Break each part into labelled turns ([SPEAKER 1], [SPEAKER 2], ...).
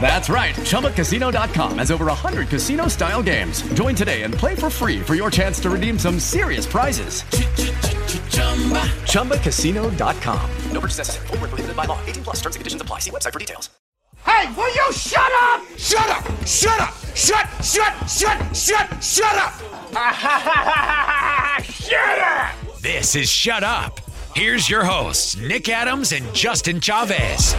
[SPEAKER 1] That's right. ChumbaCasino.com has over 100 casino style games. Join today and play for free for your chance to redeem some serious prizes. ChumbaCasino.com.
[SPEAKER 2] No purchase necessary. Void were prohibited by law. 18 plus. Terms and conditions apply. See website for details.
[SPEAKER 3] Hey, will you shut up? Shut up! Shut up! Shut, shut, shut, shut, shut up! shut up!
[SPEAKER 4] This is Shut Up. Here's your hosts, Nick Adams and Justin Chavez.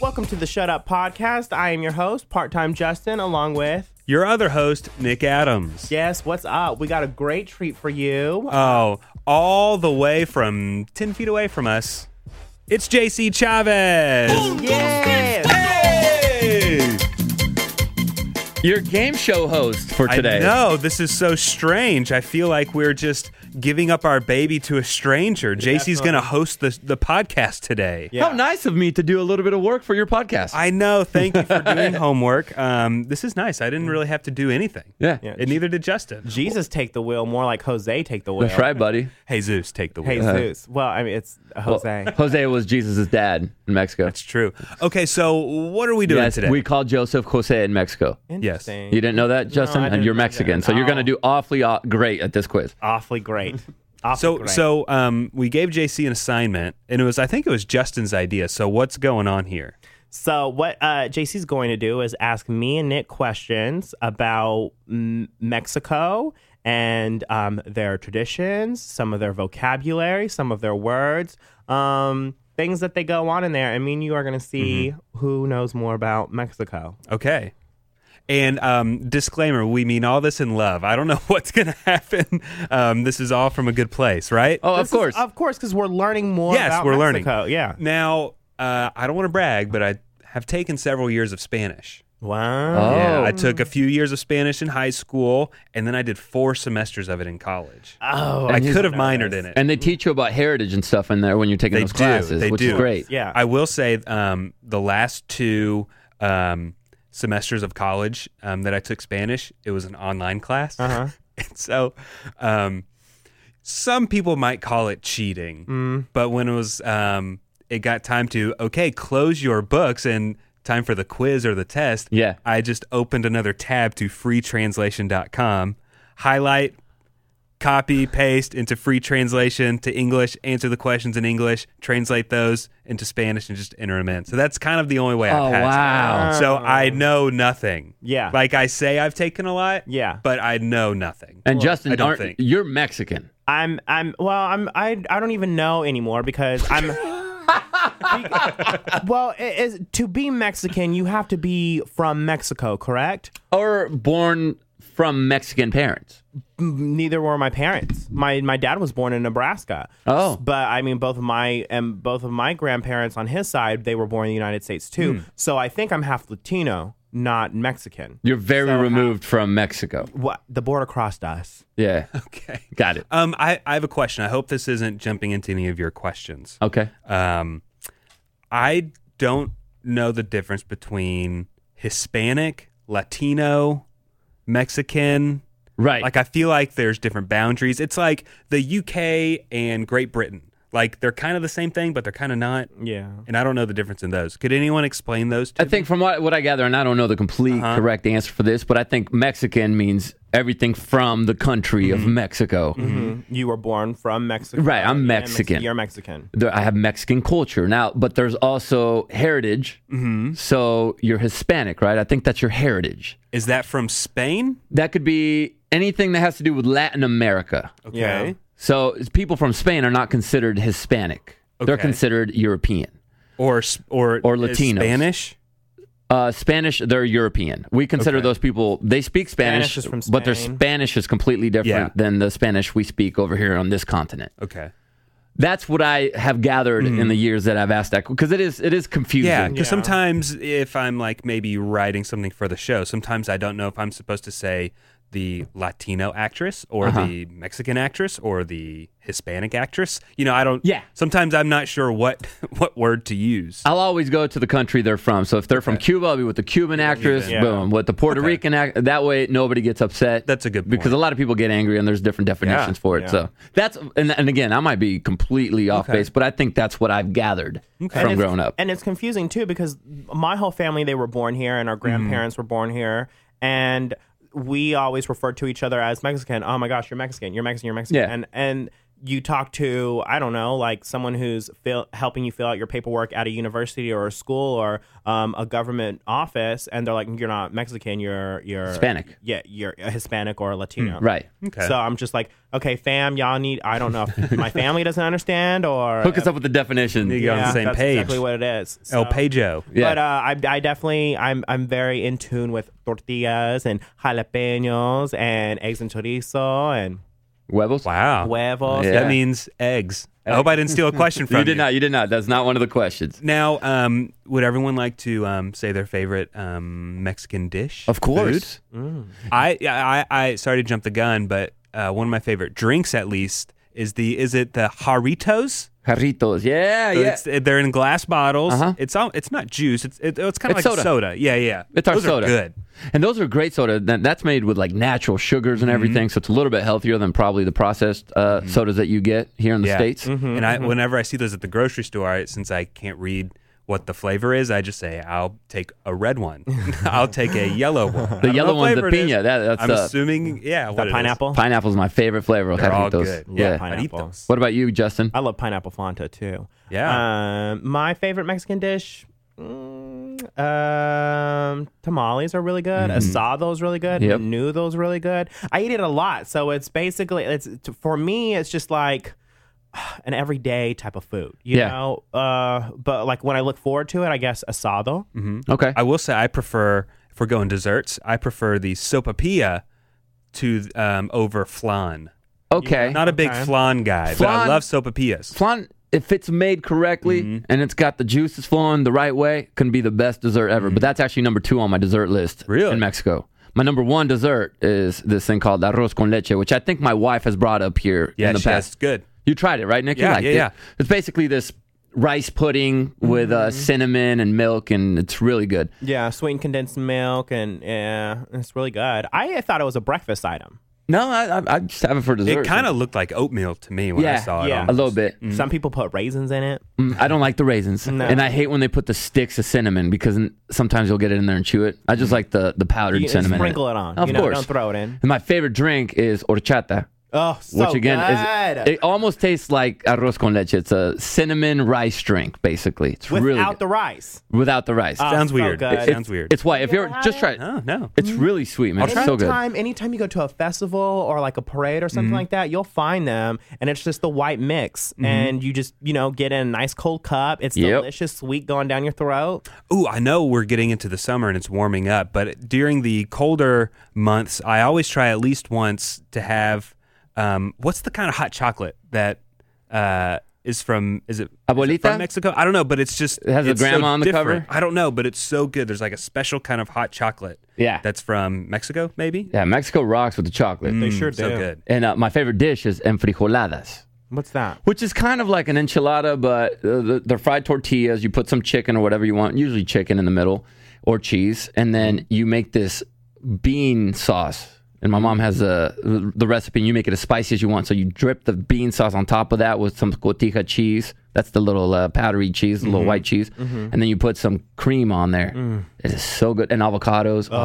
[SPEAKER 5] Welcome to the Shut Up Podcast. I am your host, part time Justin, along with,
[SPEAKER 6] Your other host, Nick Adams.
[SPEAKER 5] yes, what's up? We got a great treat for you.
[SPEAKER 6] Oh, all the way from 10 feet away from us, it's JC Chavez.
[SPEAKER 5] yeah.
[SPEAKER 6] Hey!
[SPEAKER 7] Your game show host for today.
[SPEAKER 6] I know, this is so strange. I feel like we're just giving up our baby to a stranger. JC's going to host the, the podcast today.
[SPEAKER 5] Yeah.
[SPEAKER 7] How nice of me to do a little bit of work for your podcast.
[SPEAKER 6] I know. Thank you for doing homework. Um, this is nice. I didn't really have to do anything.
[SPEAKER 7] yeah.
[SPEAKER 6] And neither did Justin.
[SPEAKER 5] Jesus take the wheel, more like Jose take the wheel.
[SPEAKER 7] That's right, buddy.
[SPEAKER 6] Jesus, take the wheel.
[SPEAKER 5] Hey, Zeus. Well, I mean, it's
[SPEAKER 7] Well,
[SPEAKER 5] Jose.
[SPEAKER 7] Jose was Jesus' dad in Mexico.
[SPEAKER 6] That's true. Okay, so what are we doing
[SPEAKER 7] yes,
[SPEAKER 6] today?
[SPEAKER 7] we call Joseph Jose in Mexico.
[SPEAKER 5] Interesting.
[SPEAKER 7] You didn't know that, Justin?
[SPEAKER 5] I
[SPEAKER 7] And
[SPEAKER 5] didn't
[SPEAKER 7] you're
[SPEAKER 5] know that.
[SPEAKER 7] Mexican, so you're going to
[SPEAKER 5] Oh.
[SPEAKER 7] do awfully aw- great at this quiz.
[SPEAKER 5] Awfully great. Awfully
[SPEAKER 6] So
[SPEAKER 5] great.
[SPEAKER 6] so um, we gave JC an assignment, and it was I think it was Justin's idea. So what's going on here?
[SPEAKER 5] So what uh, JC's going to do is ask me and Nick questions about mm, Mexico and um, their traditions, some of their vocabulary, some of their words, um, things that they go on in there. I mean, you are going to see who knows more about Mexico.
[SPEAKER 6] Okay. And um, disclaimer: we mean all this in love. I don't know what's going to happen. Um, this is all from a good place, right?
[SPEAKER 7] Oh,
[SPEAKER 5] This
[SPEAKER 7] of
[SPEAKER 5] is-
[SPEAKER 7] course.
[SPEAKER 5] of course, because we're learning more.
[SPEAKER 6] yes,
[SPEAKER 5] about
[SPEAKER 6] we're
[SPEAKER 5] Mexico.
[SPEAKER 6] learning.
[SPEAKER 5] Yeah.
[SPEAKER 6] Now, uh, I don't want to brag, but I have taken several years of Spanish.
[SPEAKER 5] Wow.
[SPEAKER 6] Yeah,
[SPEAKER 7] Oh.
[SPEAKER 6] I took a few years of Spanish in high school, and then I did four semesters of it in college.
[SPEAKER 5] Oh,
[SPEAKER 6] I
[SPEAKER 7] And he's-
[SPEAKER 6] could have minored in it.
[SPEAKER 7] and they teach you about heritage and stuff in there when you're taking
[SPEAKER 6] They
[SPEAKER 7] those
[SPEAKER 6] do.
[SPEAKER 7] classes,
[SPEAKER 6] They
[SPEAKER 7] which is
[SPEAKER 6] do.
[SPEAKER 7] great.
[SPEAKER 5] yeah.
[SPEAKER 6] I will say um, the last two um, semesters of college um, that I took Spanish, it was an online class.
[SPEAKER 5] Uh-huh.
[SPEAKER 6] and so um, some people might call it cheating,
[SPEAKER 5] Mm.
[SPEAKER 6] but when it was, um, it got time to, okay, close your books and time for the quiz or the test.
[SPEAKER 7] Yeah.
[SPEAKER 6] I just opened another tab to freetranslation.com, highlight, copy, paste into free translation to English, answer the questions in English, translate those into Spanish, and just enter them in. So that's kind of the only way I
[SPEAKER 7] Oh, wow.
[SPEAKER 6] passed. So I know nothing.
[SPEAKER 5] Um, Yeah.
[SPEAKER 6] Like I say, I've taken a lot.
[SPEAKER 5] Yeah.
[SPEAKER 6] But I know nothing.
[SPEAKER 7] And
[SPEAKER 6] I
[SPEAKER 7] Justin,
[SPEAKER 6] don't
[SPEAKER 7] aren't,
[SPEAKER 6] think.
[SPEAKER 7] you're Mexican.
[SPEAKER 5] I'm I'm well I'm I I don't even know anymore because I'm Well, it is to be Mexican, you have to be from Mexico, correct?
[SPEAKER 7] Or born from Mexican parents.
[SPEAKER 5] Neither were my parents. My my dad was born in Nebraska.
[SPEAKER 7] Oh.
[SPEAKER 5] But I mean both of my and both of my grandparents on his side, they were born in the United States
[SPEAKER 7] Hmm.
[SPEAKER 5] too. So I think I'm half Latino, not Mexican.
[SPEAKER 7] You're very
[SPEAKER 5] So, uh,
[SPEAKER 7] removed from Mexico.
[SPEAKER 5] What the border crossed us.
[SPEAKER 7] Yeah.
[SPEAKER 6] okay.
[SPEAKER 7] Got it.
[SPEAKER 6] Um, I, I have a question. I hope this isn't jumping into any of your questions.
[SPEAKER 7] Okay.
[SPEAKER 6] Um, I don't know the difference between Hispanic, Latino, Mexican.
[SPEAKER 7] Right.
[SPEAKER 6] Like I feel like there's different boundaries. It's like the UK and Great Britain. Like they're kind of the same thing, but they're kind of not.
[SPEAKER 5] Yeah.
[SPEAKER 6] And I don't know the difference in those. Could anyone explain those? To
[SPEAKER 7] I think from what, what I gather, and I don't know the complete
[SPEAKER 6] Uh-huh.
[SPEAKER 7] correct answer for this, but I think Mexican means everything from the country of
[SPEAKER 6] Mm-hmm.
[SPEAKER 7] Mexico.
[SPEAKER 5] Hmm. You were born from Mexico.
[SPEAKER 7] Right, I'm
[SPEAKER 5] Yeah, Mex-
[SPEAKER 7] Mexican.
[SPEAKER 5] You're Mexican.
[SPEAKER 7] There, I have Mexican culture now, but there's also heritage.
[SPEAKER 6] Mm-hmm.
[SPEAKER 7] So you're Hispanic, right? I think that's your heritage.
[SPEAKER 6] Is that from Spain?
[SPEAKER 7] That could be anything that has to do with Latin America.
[SPEAKER 6] Okay.
[SPEAKER 5] Yeah.
[SPEAKER 7] So it's- people from Spain are not considered Hispanic. They're
[SPEAKER 6] Okay.
[SPEAKER 7] considered European.
[SPEAKER 6] or s- or
[SPEAKER 7] Or
[SPEAKER 6] is
[SPEAKER 7] Latinos.
[SPEAKER 6] Spanish.
[SPEAKER 7] Uh, Spanish, they're European. We consider
[SPEAKER 6] Okay.
[SPEAKER 7] those people. They speak Spanish,
[SPEAKER 5] Spanish is from
[SPEAKER 7] but their
[SPEAKER 5] Spain.
[SPEAKER 7] Spanish is completely different
[SPEAKER 6] Yeah.
[SPEAKER 7] than the Spanish we speak over here on this continent.
[SPEAKER 6] Okay,
[SPEAKER 7] That's what I have gathered in the years that I've asked that because it is it is confusing.
[SPEAKER 6] yeah, because sometimes if I'm like maybe writing something for the show, sometimes I don't know if I'm supposed to say the Latino actress or
[SPEAKER 7] Uh-huh.
[SPEAKER 6] the Mexican actress or the Hispanic actress. You know, I don't.
[SPEAKER 7] Yeah.
[SPEAKER 6] Sometimes I'm not sure what what word to use.
[SPEAKER 7] I'll always go to the country they're from. So if they're from Cuba, I'll be with the Cuban actress.
[SPEAKER 5] Yeah.
[SPEAKER 7] Boom. With the Puerto
[SPEAKER 6] Okay.
[SPEAKER 7] Rican act. That way, nobody gets upset.
[SPEAKER 6] That's a good
[SPEAKER 7] because
[SPEAKER 6] point.
[SPEAKER 7] a lot of people get angry, and there's different definitions for it.
[SPEAKER 5] yeah.
[SPEAKER 7] So that's and, and again, I might be completely off base, but I think that's what I've gathered from
[SPEAKER 5] And it's-
[SPEAKER 7] growing up.
[SPEAKER 5] And it's confusing too because my whole family they were born here and our
[SPEAKER 7] Mm-hmm.
[SPEAKER 5] grandparents were born here and we always referred to each other as Mexican. Oh my gosh, you're Mexican. You're Mexican. You're Mexican.
[SPEAKER 7] Yeah.
[SPEAKER 5] And and you talk to I don't know like someone who's fill, helping you fill out your paperwork at a university or a school or um, a government office, and they're like, "You're not Mexican. You're you're
[SPEAKER 7] Hispanic. Mm,
[SPEAKER 5] Yeah, you're a Hispanic or a Latino.
[SPEAKER 7] right.
[SPEAKER 6] Okay.
[SPEAKER 5] So I'm just like, okay, fam, y'all need. I don't know if my family doesn't understand or
[SPEAKER 7] Hook us up with the definition.
[SPEAKER 6] you go. on the same
[SPEAKER 5] that's
[SPEAKER 6] page.
[SPEAKER 5] Exactly what it is.
[SPEAKER 6] El
[SPEAKER 5] So-
[SPEAKER 6] Pejo.
[SPEAKER 7] Yeah.
[SPEAKER 5] But uh, I, I definitely, I'm, I'm very in tune with tortillas and jalapenos and eggs and chorizo and
[SPEAKER 7] Huevos.
[SPEAKER 6] Wow.
[SPEAKER 5] huevos.
[SPEAKER 7] Yeah.
[SPEAKER 6] That means eggs. I hope I didn't steal a question from you.
[SPEAKER 7] You did not. You did not. That's not one of the questions.
[SPEAKER 6] Now, um, would everyone like to um, say their favorite um, Mexican dish?
[SPEAKER 7] Of course.
[SPEAKER 6] Food? I, I, I, sorry to jump the gun, but uh, one of my favorite drinks, at least, is the is it the Jarritos?
[SPEAKER 7] Jarritos. Yeah.
[SPEAKER 6] So
[SPEAKER 7] Uh, yeah.
[SPEAKER 6] it's- they're in glass bottles.
[SPEAKER 7] Uh-huh.
[SPEAKER 6] It's all, it's not juice. It's it, oh, it's kind of
[SPEAKER 7] It's
[SPEAKER 6] like
[SPEAKER 7] soda.
[SPEAKER 6] soda. Yeah, yeah.
[SPEAKER 7] It's our
[SPEAKER 6] Those
[SPEAKER 7] soda.
[SPEAKER 6] Are good.
[SPEAKER 7] And those are great soda. That- That's made with like natural sugars and everything, so it's a little bit healthier than probably the processed uh, sodas that you get here in the
[SPEAKER 6] Yeah.
[SPEAKER 7] states.
[SPEAKER 6] and I, whenever I see those at the grocery store, I, since I can't read what the flavor is, I just say I'll take a red one. I'll take a yellow one. I don't know
[SPEAKER 7] yellow
[SPEAKER 6] what
[SPEAKER 7] one's the
[SPEAKER 6] flavor it is.
[SPEAKER 7] piña. That- that's Mm.
[SPEAKER 6] I'm
[SPEAKER 7] the-
[SPEAKER 6] assuming. Yeah,
[SPEAKER 5] That pineapple.
[SPEAKER 7] Pineapple's my favorite flavor.
[SPEAKER 6] They're all
[SPEAKER 7] Jarritos.
[SPEAKER 6] good.
[SPEAKER 7] Yeah.
[SPEAKER 5] Love pineapple.
[SPEAKER 6] Jarritos.
[SPEAKER 7] What about you, Justin?
[SPEAKER 5] I love pineapple Fanta too.
[SPEAKER 6] Yeah.
[SPEAKER 5] Um, my favorite Mexican dish. mm, Um, tamales are really good. Asado's really good.
[SPEAKER 7] Mm-hmm. Yep.
[SPEAKER 5] Menudo's really good. I eat it a lot, so it's basically it's for me. It's just like an everyday type of food, you
[SPEAKER 7] Yeah.
[SPEAKER 5] know. Uh, but like when I look forward to it, I guess asado.
[SPEAKER 7] Mm-hmm. okay.
[SPEAKER 6] I will say I prefer if we're going desserts, I prefer the sopapilla to um, over flan.
[SPEAKER 7] okay.
[SPEAKER 6] Not a big flan guy, but I
[SPEAKER 7] Flan-
[SPEAKER 6] love sopapillas.
[SPEAKER 7] flan, if it's made correctly and it's got the juices flowing the right way, can be the best dessert ever. But that's actually number two on my dessert list
[SPEAKER 6] Really?
[SPEAKER 7] in Mexico. My number one dessert is this thing called arroz con leche, which I think my wife has brought up here
[SPEAKER 6] yeah,
[SPEAKER 7] in the
[SPEAKER 6] she has-
[SPEAKER 7] past.
[SPEAKER 6] good.
[SPEAKER 7] You tried it, right, Nick? you
[SPEAKER 6] Yeah,
[SPEAKER 7] liked
[SPEAKER 6] yeah,
[SPEAKER 7] it.
[SPEAKER 6] yeah.
[SPEAKER 7] It's basically this rice pudding with uh, cinnamon and milk, and it's really good.
[SPEAKER 5] Yeah, sweetened condensed milk, and yeah, it's really good. I, I thought it was a breakfast item.
[SPEAKER 7] No, I, I, I just have it for dessert.
[SPEAKER 6] It kind of looked like oatmeal to me when
[SPEAKER 7] yeah,
[SPEAKER 6] I saw it.
[SPEAKER 5] yeah.
[SPEAKER 6] on-
[SPEAKER 7] a little bit. Mm-hmm.
[SPEAKER 5] Some people put raisins in it.
[SPEAKER 7] Mm, I don't like the raisins,
[SPEAKER 5] No.
[SPEAKER 7] and I hate when they put the sticks of cinnamon because n- sometimes you'll get it in there and chew it. I just like the the powdered
[SPEAKER 5] Mm-hmm. You
[SPEAKER 7] cinnamon. in
[SPEAKER 5] sprinkle it on.
[SPEAKER 7] Of
[SPEAKER 5] you know,
[SPEAKER 7] course.
[SPEAKER 5] Don't throw it in.
[SPEAKER 7] And my favorite drink is horchata,
[SPEAKER 5] Oh, so
[SPEAKER 7] which again
[SPEAKER 5] good.
[SPEAKER 7] is it almost tastes like arroz con leche. It's a cinnamon rice drink, basically. It's
[SPEAKER 5] without
[SPEAKER 7] really good.
[SPEAKER 5] the rice.
[SPEAKER 7] without the rice.
[SPEAKER 6] Sounds
[SPEAKER 5] so
[SPEAKER 6] weird.
[SPEAKER 5] good.
[SPEAKER 6] It sounds weird.
[SPEAKER 7] It's why if you're just try it.
[SPEAKER 6] no, Oh, no.
[SPEAKER 7] It's really sweet, man. It's so good.
[SPEAKER 5] Anytime,
[SPEAKER 7] Mm-hmm.
[SPEAKER 5] anytime you go to a festival or like a parade or something like that, you'll find them, and it's just the white mix, and you just you know get in a nice cold cup. It's
[SPEAKER 7] Yep.
[SPEAKER 5] delicious, sweet, going down your throat.
[SPEAKER 6] Ooh, I know we're getting into the summer and it's warming up, but during the colder months, I always try at least once to have um, what's the kind of hot chocolate that uh, is from is it, is it
[SPEAKER 7] Abuelita?
[SPEAKER 6] from Mexico? I don't know, but it's just
[SPEAKER 7] It has the
[SPEAKER 6] it's so
[SPEAKER 7] grandma on the
[SPEAKER 6] different.
[SPEAKER 7] cover?
[SPEAKER 6] I don't know, but it's so good. There's like a special kind of hot chocolate.
[SPEAKER 7] Yeah.
[SPEAKER 6] that's from Mexico, maybe.
[SPEAKER 7] Yeah, Mexico rocks with the chocolate.
[SPEAKER 6] Mm.
[SPEAKER 5] They sure do.
[SPEAKER 6] So good.
[SPEAKER 7] And uh, my favorite dish is enfrijoladas.
[SPEAKER 5] What's that?
[SPEAKER 7] which is kind of like an enchilada, but uh, the, they're fried tortillas. You put some chicken or whatever you want, usually chicken in the middle or cheese, and then you make this bean sauce. And my mom has a, the recipe, and you make it as spicy as you want. So you drip the bean sauce on top of that with some cotija cheese. That's the little uh, powdery cheese, the little white cheese, and then you put some cream on there. It is so good, and avocados. Oh,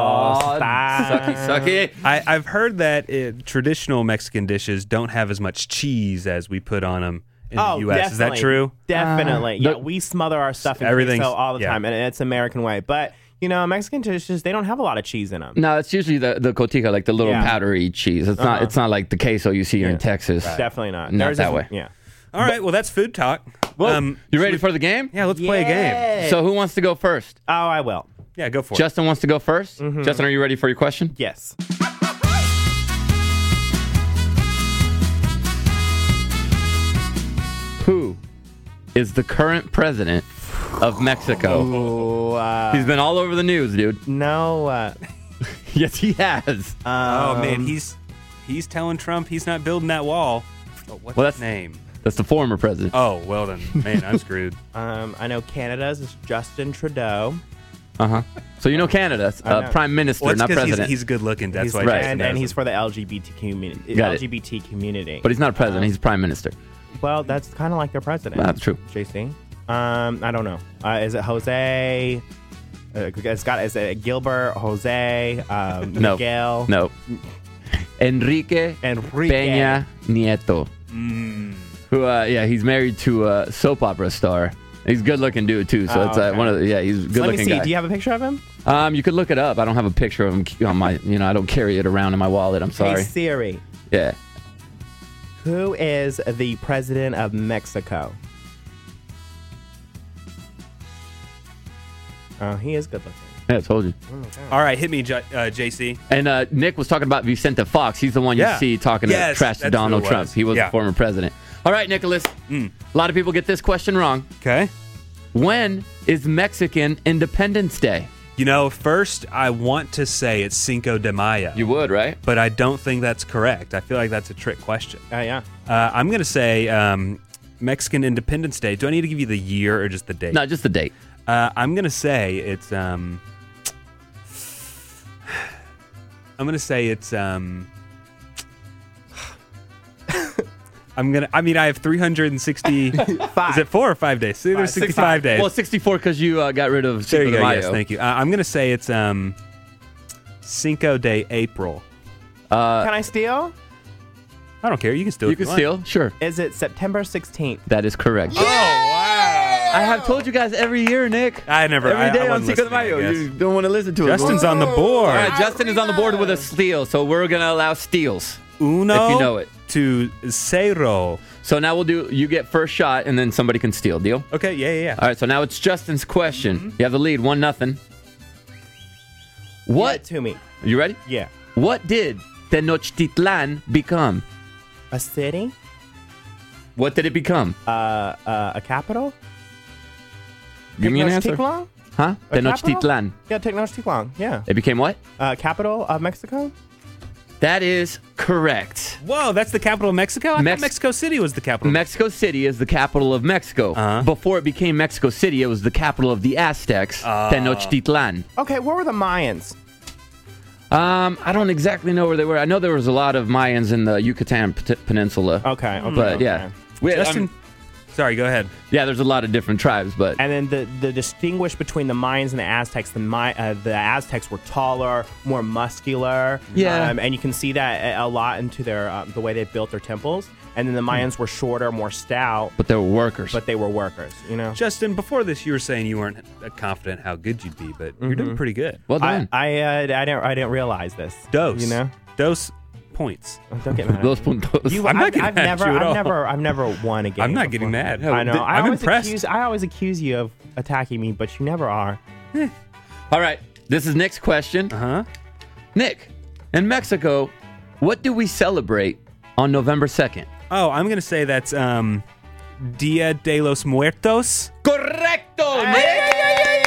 [SPEAKER 5] stop.
[SPEAKER 7] sucky, sucky.
[SPEAKER 6] I, I've heard that it, traditional Mexican dishes don't have as much cheese as we put on them in
[SPEAKER 5] Oh,
[SPEAKER 6] the U.S. Is that
[SPEAKER 5] definitely.
[SPEAKER 6] true?
[SPEAKER 5] Definitely. yeah,
[SPEAKER 7] Uh, the-
[SPEAKER 5] we smother our stuff in
[SPEAKER 6] Everything's-
[SPEAKER 5] queso all the
[SPEAKER 6] yeah.
[SPEAKER 5] time, and it's American way. But you know, Mexican dishes they don't have a lot of cheese in them.
[SPEAKER 7] No, it's usually the the cotija, like the little
[SPEAKER 5] Yeah.
[SPEAKER 7] powdery cheese. It's not it's not like the queso you see here in Texas.
[SPEAKER 5] Definitely not.
[SPEAKER 7] Not
[SPEAKER 5] Theirs
[SPEAKER 7] that
[SPEAKER 5] isn't-
[SPEAKER 7] way.
[SPEAKER 5] Yeah.
[SPEAKER 6] All right. Well, that's food talk.
[SPEAKER 7] Well, you ready for the game?
[SPEAKER 6] Um, yeah, let's play a game.
[SPEAKER 7] So who wants to go first?
[SPEAKER 5] Oh, I will.
[SPEAKER 6] Yeah, go for
[SPEAKER 7] Justin wants to go 1st Justin, are you ready for your question?
[SPEAKER 5] Yes.
[SPEAKER 7] Who is the current president of Mexico?
[SPEAKER 5] Oh, uh,
[SPEAKER 7] He's been all over the news, dude.
[SPEAKER 5] no. Uh,
[SPEAKER 7] Yes, he has.
[SPEAKER 6] it. Oh
[SPEAKER 7] Um,
[SPEAKER 6] man, he's he's telling Trump he's not building that wall. Oh, what's
[SPEAKER 7] Well,
[SPEAKER 6] his
[SPEAKER 7] that's-
[SPEAKER 6] name?
[SPEAKER 7] That's the former president.
[SPEAKER 6] Oh well then, man, I'm screwed.
[SPEAKER 5] um, I know Canada's is Justin Trudeau.
[SPEAKER 7] Uh huh. So you know Canada,
[SPEAKER 5] I
[SPEAKER 7] uh,
[SPEAKER 5] know.
[SPEAKER 7] prime minister,
[SPEAKER 6] Well, it's
[SPEAKER 7] not
[SPEAKER 6] 'cause he's,
[SPEAKER 7] president.
[SPEAKER 6] he's good looking. That's
[SPEAKER 5] He's-
[SPEAKER 6] why.
[SPEAKER 7] Right.
[SPEAKER 6] Justin
[SPEAKER 5] and,
[SPEAKER 6] knows
[SPEAKER 5] and he's
[SPEAKER 6] him.
[SPEAKER 5] for the LGBT community.
[SPEAKER 7] Got it.
[SPEAKER 5] LGBT community.
[SPEAKER 7] but he's not president. He's prime minister.
[SPEAKER 5] well, that's kind of like their president.
[SPEAKER 7] That's true.
[SPEAKER 5] JC. Um, I don't know. Uh, is it Jose? Uh, it's got. Is it Gilbert? Jose? Um,
[SPEAKER 7] No.
[SPEAKER 5] Miguel?
[SPEAKER 7] No. Enrique
[SPEAKER 5] Enrique.
[SPEAKER 7] Peña Nieto.
[SPEAKER 5] Mm.
[SPEAKER 7] Who? Uh, yeah, he's married to a soap opera star. He's a good-looking dude too. So
[SPEAKER 5] Oh,
[SPEAKER 7] it's uh,
[SPEAKER 5] okay.
[SPEAKER 7] one of the, yeah, he's a
[SPEAKER 5] Let me
[SPEAKER 7] good-looking
[SPEAKER 5] see.
[SPEAKER 7] guy.
[SPEAKER 5] Do you have a picture of him?
[SPEAKER 7] um, you could look it up. I don't have a picture of him on my. You know, I don't carry it around in my wallet. I'm sorry.
[SPEAKER 5] Hey Siri,
[SPEAKER 7] Yeah.
[SPEAKER 5] who is the president of Mexico? Oh, he is good looking.
[SPEAKER 7] Yeah, I told you.
[SPEAKER 6] All right, hit me, Ju- uh, JC.
[SPEAKER 7] And uh, Nick was talking about Vicente Fox. He's the one you
[SPEAKER 6] Yeah.
[SPEAKER 7] see talking
[SPEAKER 6] Yes,
[SPEAKER 7] to trash to
[SPEAKER 6] that's who
[SPEAKER 7] Donald
[SPEAKER 6] it
[SPEAKER 7] Trump.
[SPEAKER 6] was.
[SPEAKER 7] He was
[SPEAKER 6] Yeah.
[SPEAKER 7] the former president. All right, Nicholas.
[SPEAKER 5] Mm.
[SPEAKER 7] A lot of people get this question wrong.
[SPEAKER 6] Okay.
[SPEAKER 7] When is Mexican Independence Day?
[SPEAKER 6] You know, first I want to say it's Cinco de Mayo,
[SPEAKER 7] You would, right?
[SPEAKER 6] but I don't think that's correct. I feel like that's a trick question.
[SPEAKER 5] Oh yeah.
[SPEAKER 6] Uh, I'm gonna say um, Mexican Independence Day. Do I need to give you the year or just the date?
[SPEAKER 7] No, just the date.
[SPEAKER 6] Uh, I'm gonna say it's. Um, I'm gonna say it's. Um, I'm gonna. I mean, I have 360. Is it four or five days? See, there's 65 days.
[SPEAKER 7] Well, 64 because you uh, got rid of
[SPEAKER 6] there you
[SPEAKER 7] Cinco de
[SPEAKER 6] go.
[SPEAKER 7] Mayo.
[SPEAKER 6] Yes, thank you. Uh, I'm gonna say it's um, Cinco de April.
[SPEAKER 5] Can I steal?
[SPEAKER 6] I don't care. You can steal.
[SPEAKER 7] You
[SPEAKER 6] if
[SPEAKER 7] can
[SPEAKER 6] want.
[SPEAKER 7] steal, sure.
[SPEAKER 5] Is it September 16th?
[SPEAKER 7] That is correct. I have told you guys every year, Nick.
[SPEAKER 6] I never.
[SPEAKER 7] Every
[SPEAKER 6] I,
[SPEAKER 7] day
[SPEAKER 6] I
[SPEAKER 7] on
[SPEAKER 6] wasn't
[SPEAKER 7] Cinco de
[SPEAKER 6] listening,
[SPEAKER 7] Mayo.
[SPEAKER 6] I guess.
[SPEAKER 7] You don't want to listen to
[SPEAKER 6] Justin's
[SPEAKER 7] it.
[SPEAKER 6] on the board.
[SPEAKER 7] All right, Uh, Justin is on the board with a steal, so we're going to allow steals.
[SPEAKER 6] Uno.
[SPEAKER 7] If you know it.
[SPEAKER 6] To zero.
[SPEAKER 7] So now we'll do, you get first shot, and then somebody can steal. Deal?
[SPEAKER 6] Okay. Yeah. Yeah. yeah.
[SPEAKER 7] All right, so now it's Justin's question. You have the lead, one nothing.
[SPEAKER 5] What
[SPEAKER 7] What?
[SPEAKER 5] to me?
[SPEAKER 7] You ready?
[SPEAKER 5] Yeah.
[SPEAKER 7] What did Tenochtitlan become?
[SPEAKER 5] A city?
[SPEAKER 7] What did it become?
[SPEAKER 5] Uh, uh, a capital?
[SPEAKER 7] Give me an answer.
[SPEAKER 5] Tenochtitlan?
[SPEAKER 7] Huh?
[SPEAKER 5] A capital?
[SPEAKER 7] Tenochtitlan.
[SPEAKER 5] Yeah, Tenochtitlan. Yeah.
[SPEAKER 7] It became what?
[SPEAKER 5] Uh, capital of Mexico?
[SPEAKER 7] That is correct.
[SPEAKER 6] Whoa, that's the capital of Mexico? I
[SPEAKER 7] Mex-
[SPEAKER 6] thought Mexico City was the capital.
[SPEAKER 7] Mexico City is the capital of Mexico.
[SPEAKER 6] Uh-huh.
[SPEAKER 7] Before it became Mexico City, it was the capital of the Aztecs,
[SPEAKER 5] Ah.
[SPEAKER 7] Tenochtitlan.
[SPEAKER 5] Okay, where were the Mayans?
[SPEAKER 7] Um, I don't exactly know where they were. I know there was a lot of Mayans in the Yucatan p- Peninsula.
[SPEAKER 5] Okay, okay.
[SPEAKER 7] But
[SPEAKER 5] okay.
[SPEAKER 7] yeah. We-
[SPEAKER 6] Justin,
[SPEAKER 7] um,
[SPEAKER 6] sorry, go ahead.
[SPEAKER 7] yeah, there's a lot of different tribes, but
[SPEAKER 5] And then the, the distinguish between the Mayans and the Aztecs, the My, uh, the Aztecs were taller, more muscular.
[SPEAKER 7] Yeah.
[SPEAKER 5] Um, and you can see that a a lot into their uh, the way they built their temples. And then the Mayans
[SPEAKER 6] Hmm.
[SPEAKER 5] were shorter, more stout,
[SPEAKER 7] but they were workers.
[SPEAKER 5] but they were workers, you know?
[SPEAKER 6] Justin, before this, you were saying you weren't uh, confident how good you'd be, but you're
[SPEAKER 5] Mm-hmm.
[SPEAKER 6] doing pretty good.
[SPEAKER 7] well
[SPEAKER 5] I,
[SPEAKER 7] done.
[SPEAKER 5] I, uh, I, didn't, I didn't realize this.
[SPEAKER 6] Dose.
[SPEAKER 5] You know?
[SPEAKER 6] Dose points.
[SPEAKER 5] Don't get mad. at me.
[SPEAKER 7] Those puntos.
[SPEAKER 5] You,
[SPEAKER 6] I'm
[SPEAKER 5] I'm
[SPEAKER 6] not
[SPEAKER 5] I've,
[SPEAKER 6] getting
[SPEAKER 5] I've
[SPEAKER 6] mad at
[SPEAKER 5] never,
[SPEAKER 6] you at
[SPEAKER 5] I've
[SPEAKER 6] all.
[SPEAKER 5] never, I've never won a game.
[SPEAKER 6] I'm not
[SPEAKER 5] before.
[SPEAKER 6] getting mad.
[SPEAKER 5] I know. I
[SPEAKER 6] I'm
[SPEAKER 5] always
[SPEAKER 6] impressed.
[SPEAKER 5] Accuse, I always accuse you of attacking me, but you never are.
[SPEAKER 7] All right. This is Nick's question.
[SPEAKER 5] Uh-huh.
[SPEAKER 6] Huh?
[SPEAKER 7] Nick, in Mexico, what do we celebrate on November 2nd?
[SPEAKER 6] Oh, I'm going to say that's um, Dia de los Muertos.
[SPEAKER 7] Correcto, Nick!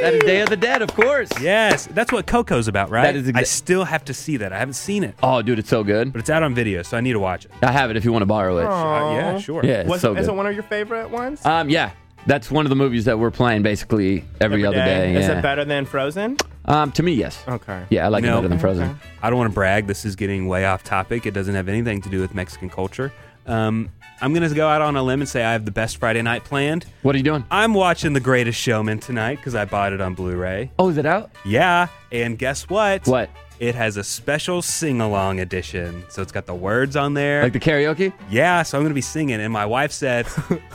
[SPEAKER 7] That is Day of the Dead, of course.
[SPEAKER 6] Yes, that's what Coco's about, right?
[SPEAKER 7] That is exa-
[SPEAKER 6] I still have to see that. I haven't seen it,
[SPEAKER 7] Oh, dude, it's so good.
[SPEAKER 6] but it's out on video, so I need to watch it.
[SPEAKER 7] I have it if you want to borrow it.
[SPEAKER 6] Uh, yeah, sure.
[SPEAKER 7] Yeah, it's
[SPEAKER 5] Was,
[SPEAKER 7] so
[SPEAKER 5] is
[SPEAKER 7] good.
[SPEAKER 5] it one of your favorite ones?
[SPEAKER 6] Uh,
[SPEAKER 7] Um, yeah, that's one of the movies that we're playing basically every, other day.
[SPEAKER 5] Is
[SPEAKER 7] yeah.
[SPEAKER 5] it better than Frozen?
[SPEAKER 7] Um, to me, yes.
[SPEAKER 5] Okay.
[SPEAKER 7] Yeah, I like
[SPEAKER 6] No.
[SPEAKER 7] it better than Frozen.
[SPEAKER 6] I don't want to brag. This is getting way off topic. It doesn't have anything to do with Mexican culture. Um, I'm going to go out on a limb and say I have the best Friday night planned.
[SPEAKER 7] What are you doing?
[SPEAKER 6] I'm watching The Greatest Showman tonight because I bought it on Blu ray.
[SPEAKER 7] Oh, is it out?
[SPEAKER 6] Yeah, and guess what?
[SPEAKER 7] What?
[SPEAKER 6] It has a special sing along edition. So it's got the words on there.
[SPEAKER 7] Like the karaoke?
[SPEAKER 6] yeah, so I'm gonna be singing. And my wife said,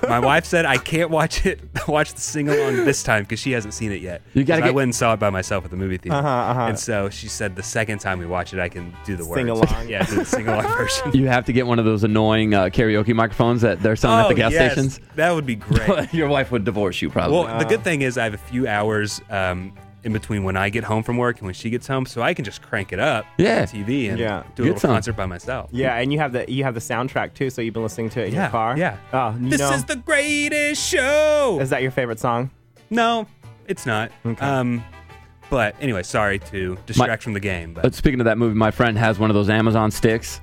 [SPEAKER 6] my wife said I can't watch it, watch the sing along this time because she hasn't seen it yet.
[SPEAKER 7] You
[SPEAKER 6] 'Cause I
[SPEAKER 7] gotta get- Uh-huh,
[SPEAKER 6] went and saw it by myself at the movie theater. And so she said the second time we watch it, I can do the words.
[SPEAKER 5] Sing along.
[SPEAKER 6] yeah, do the sing along version.
[SPEAKER 7] You have to get one of those annoying uh, karaoke microphones that they're selling at the
[SPEAKER 6] Oh,
[SPEAKER 7] gas
[SPEAKER 6] yes.
[SPEAKER 7] stations. uh,
[SPEAKER 6] That would be great.
[SPEAKER 7] Your wife would divorce you probably.
[SPEAKER 6] well, the good thing is I have a few hours um, in between when I get home from work and when she gets home, so I can just crank it up.
[SPEAKER 7] Yeah.
[SPEAKER 6] on TV and
[SPEAKER 5] Yeah.
[SPEAKER 6] do a
[SPEAKER 7] Get
[SPEAKER 6] little
[SPEAKER 7] some.
[SPEAKER 6] concert by myself.
[SPEAKER 5] Yeah, and you have the you have the soundtrack too, so you've been listening to it in
[SPEAKER 6] Yeah,
[SPEAKER 5] your car.
[SPEAKER 6] yeah.
[SPEAKER 5] Oh, you
[SPEAKER 6] This
[SPEAKER 5] know,
[SPEAKER 6] is the greatest show.
[SPEAKER 5] is that your favorite song?
[SPEAKER 6] No, it's not. Um, but anyway, sorry to distract from the game. But
[SPEAKER 7] but speaking of that movie, my friend has one of those Amazon sticks.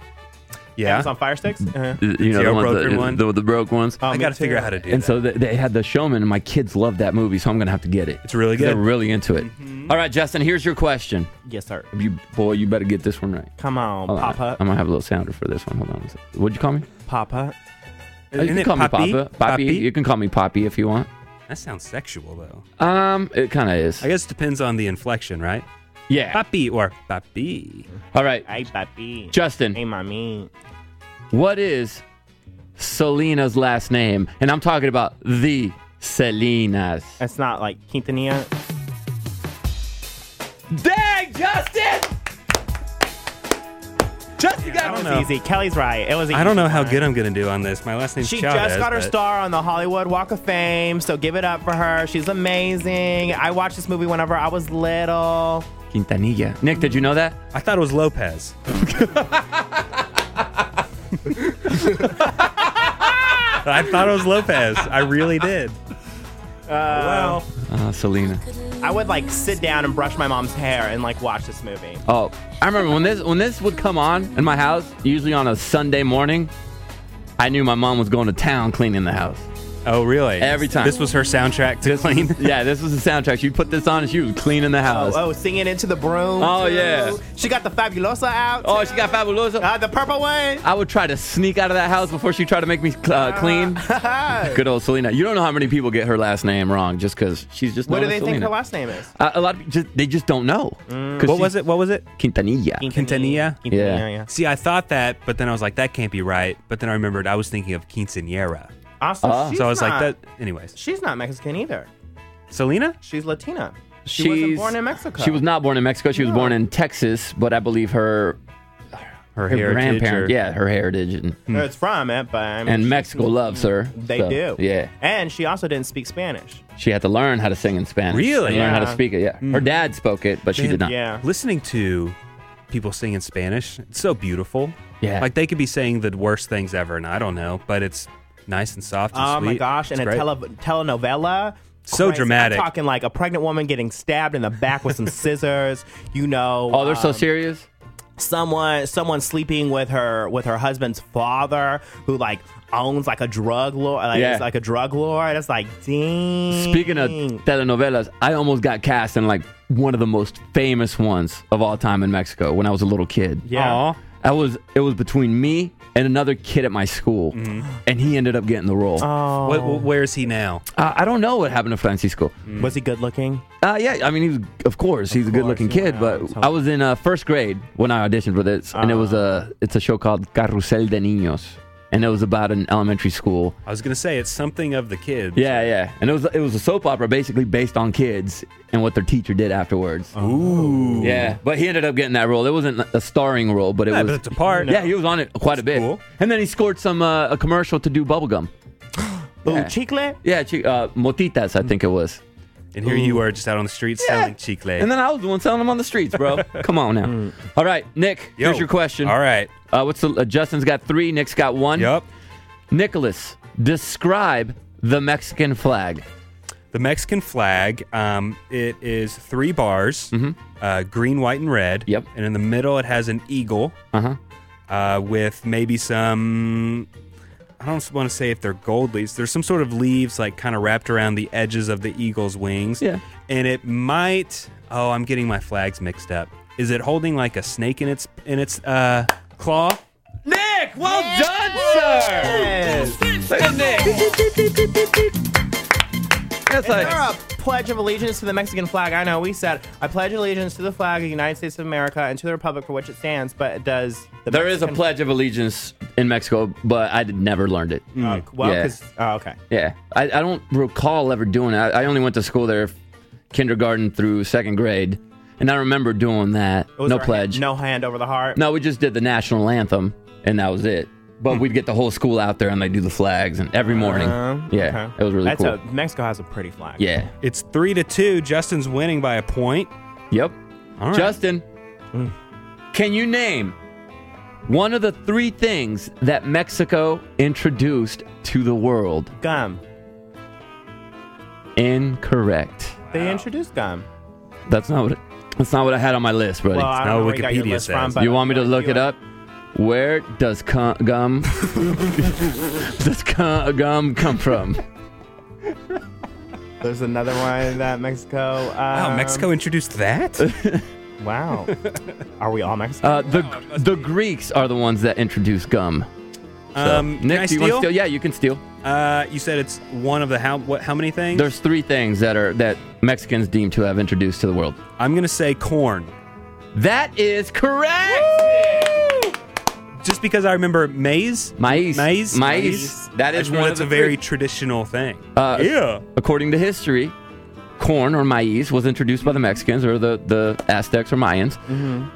[SPEAKER 6] yeah,
[SPEAKER 5] Amazon Fire Sticks. Uh-huh.
[SPEAKER 7] You know, the
[SPEAKER 6] Zero
[SPEAKER 7] ones
[SPEAKER 6] broken
[SPEAKER 7] that,
[SPEAKER 6] one?
[SPEAKER 7] The, the broke ones.
[SPEAKER 5] Oh,
[SPEAKER 6] I
[SPEAKER 5] me
[SPEAKER 6] got to
[SPEAKER 5] too.
[SPEAKER 6] figure out how to do
[SPEAKER 7] and
[SPEAKER 6] that.
[SPEAKER 7] so they, they had the showman, and my kids love that movie, so I'm gonna have to get it.
[SPEAKER 6] It's really good. Mm-hmm.
[SPEAKER 7] They're really into it. All right, Justin, here's your question.
[SPEAKER 5] Yes, sir.
[SPEAKER 7] You boy, you better get this one right.
[SPEAKER 5] Come on,
[SPEAKER 7] Hold on.
[SPEAKER 5] Papa.
[SPEAKER 7] I'm gonna have a little sounder for this one. Hold on. a sec. What'd you call me?
[SPEAKER 5] Papa.
[SPEAKER 7] Oh, you
[SPEAKER 6] Isn't
[SPEAKER 7] can
[SPEAKER 6] it
[SPEAKER 7] call
[SPEAKER 6] Poppy?
[SPEAKER 7] me Papa. Poppy.
[SPEAKER 6] Poppy?
[SPEAKER 7] You can call me Poppy if you want.
[SPEAKER 6] that sounds sexual though.
[SPEAKER 7] Um, it kind of is.
[SPEAKER 6] I guess it depends on the inflection, right?
[SPEAKER 7] Yeah.
[SPEAKER 6] Papi or papi.
[SPEAKER 7] All right,
[SPEAKER 5] Hey, papi. Hey,
[SPEAKER 7] Justin.
[SPEAKER 5] mommy.
[SPEAKER 7] What is Selena's last name? And I'm talking about the Selena's.
[SPEAKER 5] It's not like Quintanilla.
[SPEAKER 7] Dang, Justin! Justin
[SPEAKER 6] I
[SPEAKER 7] got
[SPEAKER 6] don't
[SPEAKER 5] It's
[SPEAKER 6] know.
[SPEAKER 5] easy. Kelly's right. It was. an
[SPEAKER 6] I don't
[SPEAKER 5] easy
[SPEAKER 6] know how
[SPEAKER 5] one.
[SPEAKER 6] good I'm gonna do on this. My last name's
[SPEAKER 5] She
[SPEAKER 6] Chavez.
[SPEAKER 5] just got her
[SPEAKER 6] but-
[SPEAKER 5] star on the Hollywood Walk of Fame, so give it up for her. She's amazing. I watched this movie whenever I was little.
[SPEAKER 7] Quintanilla. Nick, did you know that?
[SPEAKER 6] I thought it was Lopez. I thought it was Lopez. I really did. well,
[SPEAKER 7] Uh, Selena.
[SPEAKER 5] I would like sit down and brush my mom's hair and like watch this movie.
[SPEAKER 7] Oh, I remember when this when this would come on in my house, usually on a Sunday morning. I knew my mom was going to town cleaning the house.
[SPEAKER 6] oh really?
[SPEAKER 7] Every time.
[SPEAKER 6] This was her soundtrack to clean.
[SPEAKER 7] Yeah, this was the soundtrack. She put this on and she was cleaning the house.
[SPEAKER 5] Oh, singing into the broom.
[SPEAKER 7] Oh,
[SPEAKER 5] too.
[SPEAKER 7] yeah.
[SPEAKER 5] She got the fabulosa out.
[SPEAKER 7] Oh,
[SPEAKER 5] too.
[SPEAKER 7] she got fabulosa.
[SPEAKER 5] uh, the purple one.
[SPEAKER 7] I would try to sneak out of that house before she tried to make me
[SPEAKER 5] Ah.
[SPEAKER 7] uh, clean. Good old Selena. You don't know how many people get her last name wrong just because she's just.
[SPEAKER 5] What
[SPEAKER 7] known
[SPEAKER 5] do
[SPEAKER 7] as
[SPEAKER 5] they think
[SPEAKER 7] Selena.
[SPEAKER 5] her last Mm. name is?
[SPEAKER 7] Uh, a lot of just they just don't know.
[SPEAKER 6] What was it? What was it?
[SPEAKER 7] Quintanilla.
[SPEAKER 6] Quintanilla?
[SPEAKER 5] Quintanilla, yeah.
[SPEAKER 6] See, I thought that, but then I was like, that can't be right. But then I remembered I was thinking of quinceanera.
[SPEAKER 5] Awesome.
[SPEAKER 7] Oh.
[SPEAKER 5] Ah, She's
[SPEAKER 6] Ah. so I was
[SPEAKER 5] not-
[SPEAKER 6] like, that. Anyways,
[SPEAKER 5] She's not Mexican either.
[SPEAKER 6] Selena?
[SPEAKER 5] She's Latina. She
[SPEAKER 7] She's
[SPEAKER 5] wasn't born in Mexico.
[SPEAKER 7] She was not born in Mexico. She was born in Texas, but I believe her
[SPEAKER 6] Her,
[SPEAKER 7] her
[SPEAKER 6] heritage
[SPEAKER 7] grandparents,
[SPEAKER 6] or-
[SPEAKER 7] yeah, her heritage and,
[SPEAKER 5] It's from it, but I mean,
[SPEAKER 7] Hmm. and
[SPEAKER 5] she-
[SPEAKER 7] Mexico loves her.
[SPEAKER 5] They
[SPEAKER 7] so,
[SPEAKER 5] do.
[SPEAKER 7] Yeah,
[SPEAKER 5] And she also didn't speak Spanish.
[SPEAKER 7] she had to learn how to sing in Spanish.
[SPEAKER 6] Really?
[SPEAKER 7] and learn how to
[SPEAKER 5] Yeah. Mm.
[SPEAKER 7] speak it. Yeah, her dad spoke it, but she
[SPEAKER 6] Man,
[SPEAKER 7] did not.
[SPEAKER 5] Yeah.
[SPEAKER 6] Listening to people sing in Spanish, it's so beautiful.
[SPEAKER 7] Yeah.
[SPEAKER 6] Like they could be saying the worst things ever, and I don't know, but it's nice and soft and
[SPEAKER 5] Oh
[SPEAKER 6] sweet.
[SPEAKER 5] my gosh!
[SPEAKER 6] It's
[SPEAKER 5] And
[SPEAKER 6] great.
[SPEAKER 5] a tele- telenovela.
[SPEAKER 6] So
[SPEAKER 5] Christ, I'm
[SPEAKER 6] dramatic.
[SPEAKER 5] talking like a pregnant woman getting stabbed in the back with some scissors. You know.
[SPEAKER 7] Oh, they're so
[SPEAKER 5] um,
[SPEAKER 7] serious.
[SPEAKER 5] someone someone sleeping with her with her husband's father who like owns like a drug lord like,
[SPEAKER 7] Yeah.
[SPEAKER 5] it's like a drug lord it's like dang
[SPEAKER 7] Speaking of
[SPEAKER 5] Mm.
[SPEAKER 7] telenovelas, I almost got cast in like one of the most famous ones of all time in Mexico when I was a little kid.
[SPEAKER 5] Yeah. Aw.
[SPEAKER 7] I was it was between me and another kid at my school, and he ended up getting the role.
[SPEAKER 6] Wh- wh- where is he now?
[SPEAKER 7] Uh, I don't know what happened to Francisco.
[SPEAKER 5] was he good looking
[SPEAKER 7] Uh, yeah, I mean, he was, of course, he's a good-looking
[SPEAKER 5] course, yeah,
[SPEAKER 7] kid.
[SPEAKER 5] I'm
[SPEAKER 7] But
[SPEAKER 5] telling
[SPEAKER 7] I was in uh, first grade when I auditioned for this, and it was
[SPEAKER 5] Ah.
[SPEAKER 7] a it's a show called Carrusel de Niños, and it was about an elementary school.
[SPEAKER 6] I was gonna say it's something of the kids.
[SPEAKER 7] Yeah, yeah, and it was it was a soap opera basically based on kids and what their teacher did afterwards.
[SPEAKER 6] Ooh.
[SPEAKER 7] Yeah, but he ended up getting that role. It wasn't a starring role, but it
[SPEAKER 6] Yeah,
[SPEAKER 7] was
[SPEAKER 6] but it's a part.
[SPEAKER 7] Yeah, he was on it quite a bit,
[SPEAKER 6] cool.
[SPEAKER 7] and then he scored some uh, a commercial to do bubblegum.
[SPEAKER 5] Ooh,
[SPEAKER 7] Yeah.
[SPEAKER 5] chicle
[SPEAKER 7] Yeah, chi- uh, motitas, I think it was.
[SPEAKER 6] And here you are, just out on the street selling chicle.
[SPEAKER 7] And then I was the one selling them on the streets, bro. Come on now. All right, Nick,
[SPEAKER 6] Mm. Yo.
[SPEAKER 7] here's your question.
[SPEAKER 6] All right.
[SPEAKER 7] Uh, what's the, uh, Justin's got three. Nick's got one.
[SPEAKER 6] Yup.
[SPEAKER 7] Nicholas, describe the Mexican flag.
[SPEAKER 6] The Mexican flag. Um, it is three bars,
[SPEAKER 7] Mm-hmm.
[SPEAKER 6] uh, green, white, and red.
[SPEAKER 7] Yep.
[SPEAKER 6] And in the middle, it has an eagle
[SPEAKER 7] Uh-huh.
[SPEAKER 6] uh, with maybe some. I don't want to say if they're gold leaves. There's some sort of leaves like kind of wrapped around the edges of the eagle's wings.
[SPEAKER 7] Yeah.
[SPEAKER 6] And it might. Oh, I'm getting my flags mixed up. Is it holding like a snake in its in its uh, claw?
[SPEAKER 7] Nick, well done, sir. Look at Nick. That's
[SPEAKER 5] Is there a
[SPEAKER 7] like,
[SPEAKER 5] pledge of allegiance to the Mexican flag. I know we said, I pledge allegiance to the flag of the United States of America and to the republic for which it stands, but does the
[SPEAKER 7] There is a
[SPEAKER 5] Mexican-
[SPEAKER 7] Pledge of Allegiance in Mexico, but I did- never learned it.
[SPEAKER 6] Mm.
[SPEAKER 5] Oh, well,
[SPEAKER 7] Yeah.
[SPEAKER 5] 'cause- oh, okay.
[SPEAKER 7] Yeah, I, I don't recall ever doing it. I, I only went to school there, kindergarten through second grade, and I remember doing that.
[SPEAKER 5] It was
[SPEAKER 7] No
[SPEAKER 5] our-
[SPEAKER 7] pledge.
[SPEAKER 5] No hand over the heart.
[SPEAKER 7] No, we just did the national anthem, and that was it. But
[SPEAKER 5] Hmm.
[SPEAKER 7] we'd get the whole school out there, and they do the flags, and every morning.
[SPEAKER 5] Uh,
[SPEAKER 7] yeah,
[SPEAKER 5] okay.
[SPEAKER 7] it was really
[SPEAKER 5] That's
[SPEAKER 7] cool.
[SPEAKER 5] A, Mexico has a pretty flag.
[SPEAKER 7] yeah.
[SPEAKER 6] It's three to two. Justin's winning by a point.
[SPEAKER 7] Yep.
[SPEAKER 6] All right.
[SPEAKER 7] Justin,
[SPEAKER 5] Hmm.
[SPEAKER 7] can you name one of the three things that Mexico introduced to the world?
[SPEAKER 5] Gum.
[SPEAKER 7] Incorrect.
[SPEAKER 5] They introduced gum.
[SPEAKER 7] That's not what. It, that's not what I had on my list, buddy.
[SPEAKER 5] Well,
[SPEAKER 6] not
[SPEAKER 5] I don't know
[SPEAKER 6] what
[SPEAKER 5] where you got your
[SPEAKER 6] Wikipedia
[SPEAKER 5] list from,
[SPEAKER 6] says.
[SPEAKER 5] but
[SPEAKER 7] you want me to
[SPEAKER 5] I
[SPEAKER 7] look
[SPEAKER 5] feel
[SPEAKER 7] it
[SPEAKER 5] like-
[SPEAKER 7] up? Where does cum, gum does cum, gum come from?
[SPEAKER 5] There's another one that Mexico. Um,
[SPEAKER 6] Wow, Mexico introduced that?
[SPEAKER 5] Wow. Are we all Mexican?
[SPEAKER 7] Uh, the the Greeks are the ones that introduced gum. So,
[SPEAKER 6] Um, can I
[SPEAKER 7] Nick, do you want to
[SPEAKER 6] steal?
[SPEAKER 7] steal? Yeah, you can steal.
[SPEAKER 6] Uh, you said it's one of the how what how many things?
[SPEAKER 7] There's three things that are that Mexicans deem to have introduced to the world.
[SPEAKER 6] I'm gonna say corn,
[SPEAKER 7] That is correct.
[SPEAKER 6] just because I remember maize.
[SPEAKER 7] Maize.
[SPEAKER 6] maize,
[SPEAKER 7] Maize. That
[SPEAKER 6] I
[SPEAKER 7] is
[SPEAKER 6] just remember
[SPEAKER 7] one of
[SPEAKER 6] That's
[SPEAKER 7] the
[SPEAKER 6] a very
[SPEAKER 7] three.
[SPEAKER 6] traditional thing.
[SPEAKER 7] Uh,
[SPEAKER 6] yeah.
[SPEAKER 7] According to history, corn or maize was introduced by the Mexicans or the, the Aztecs or Mayans.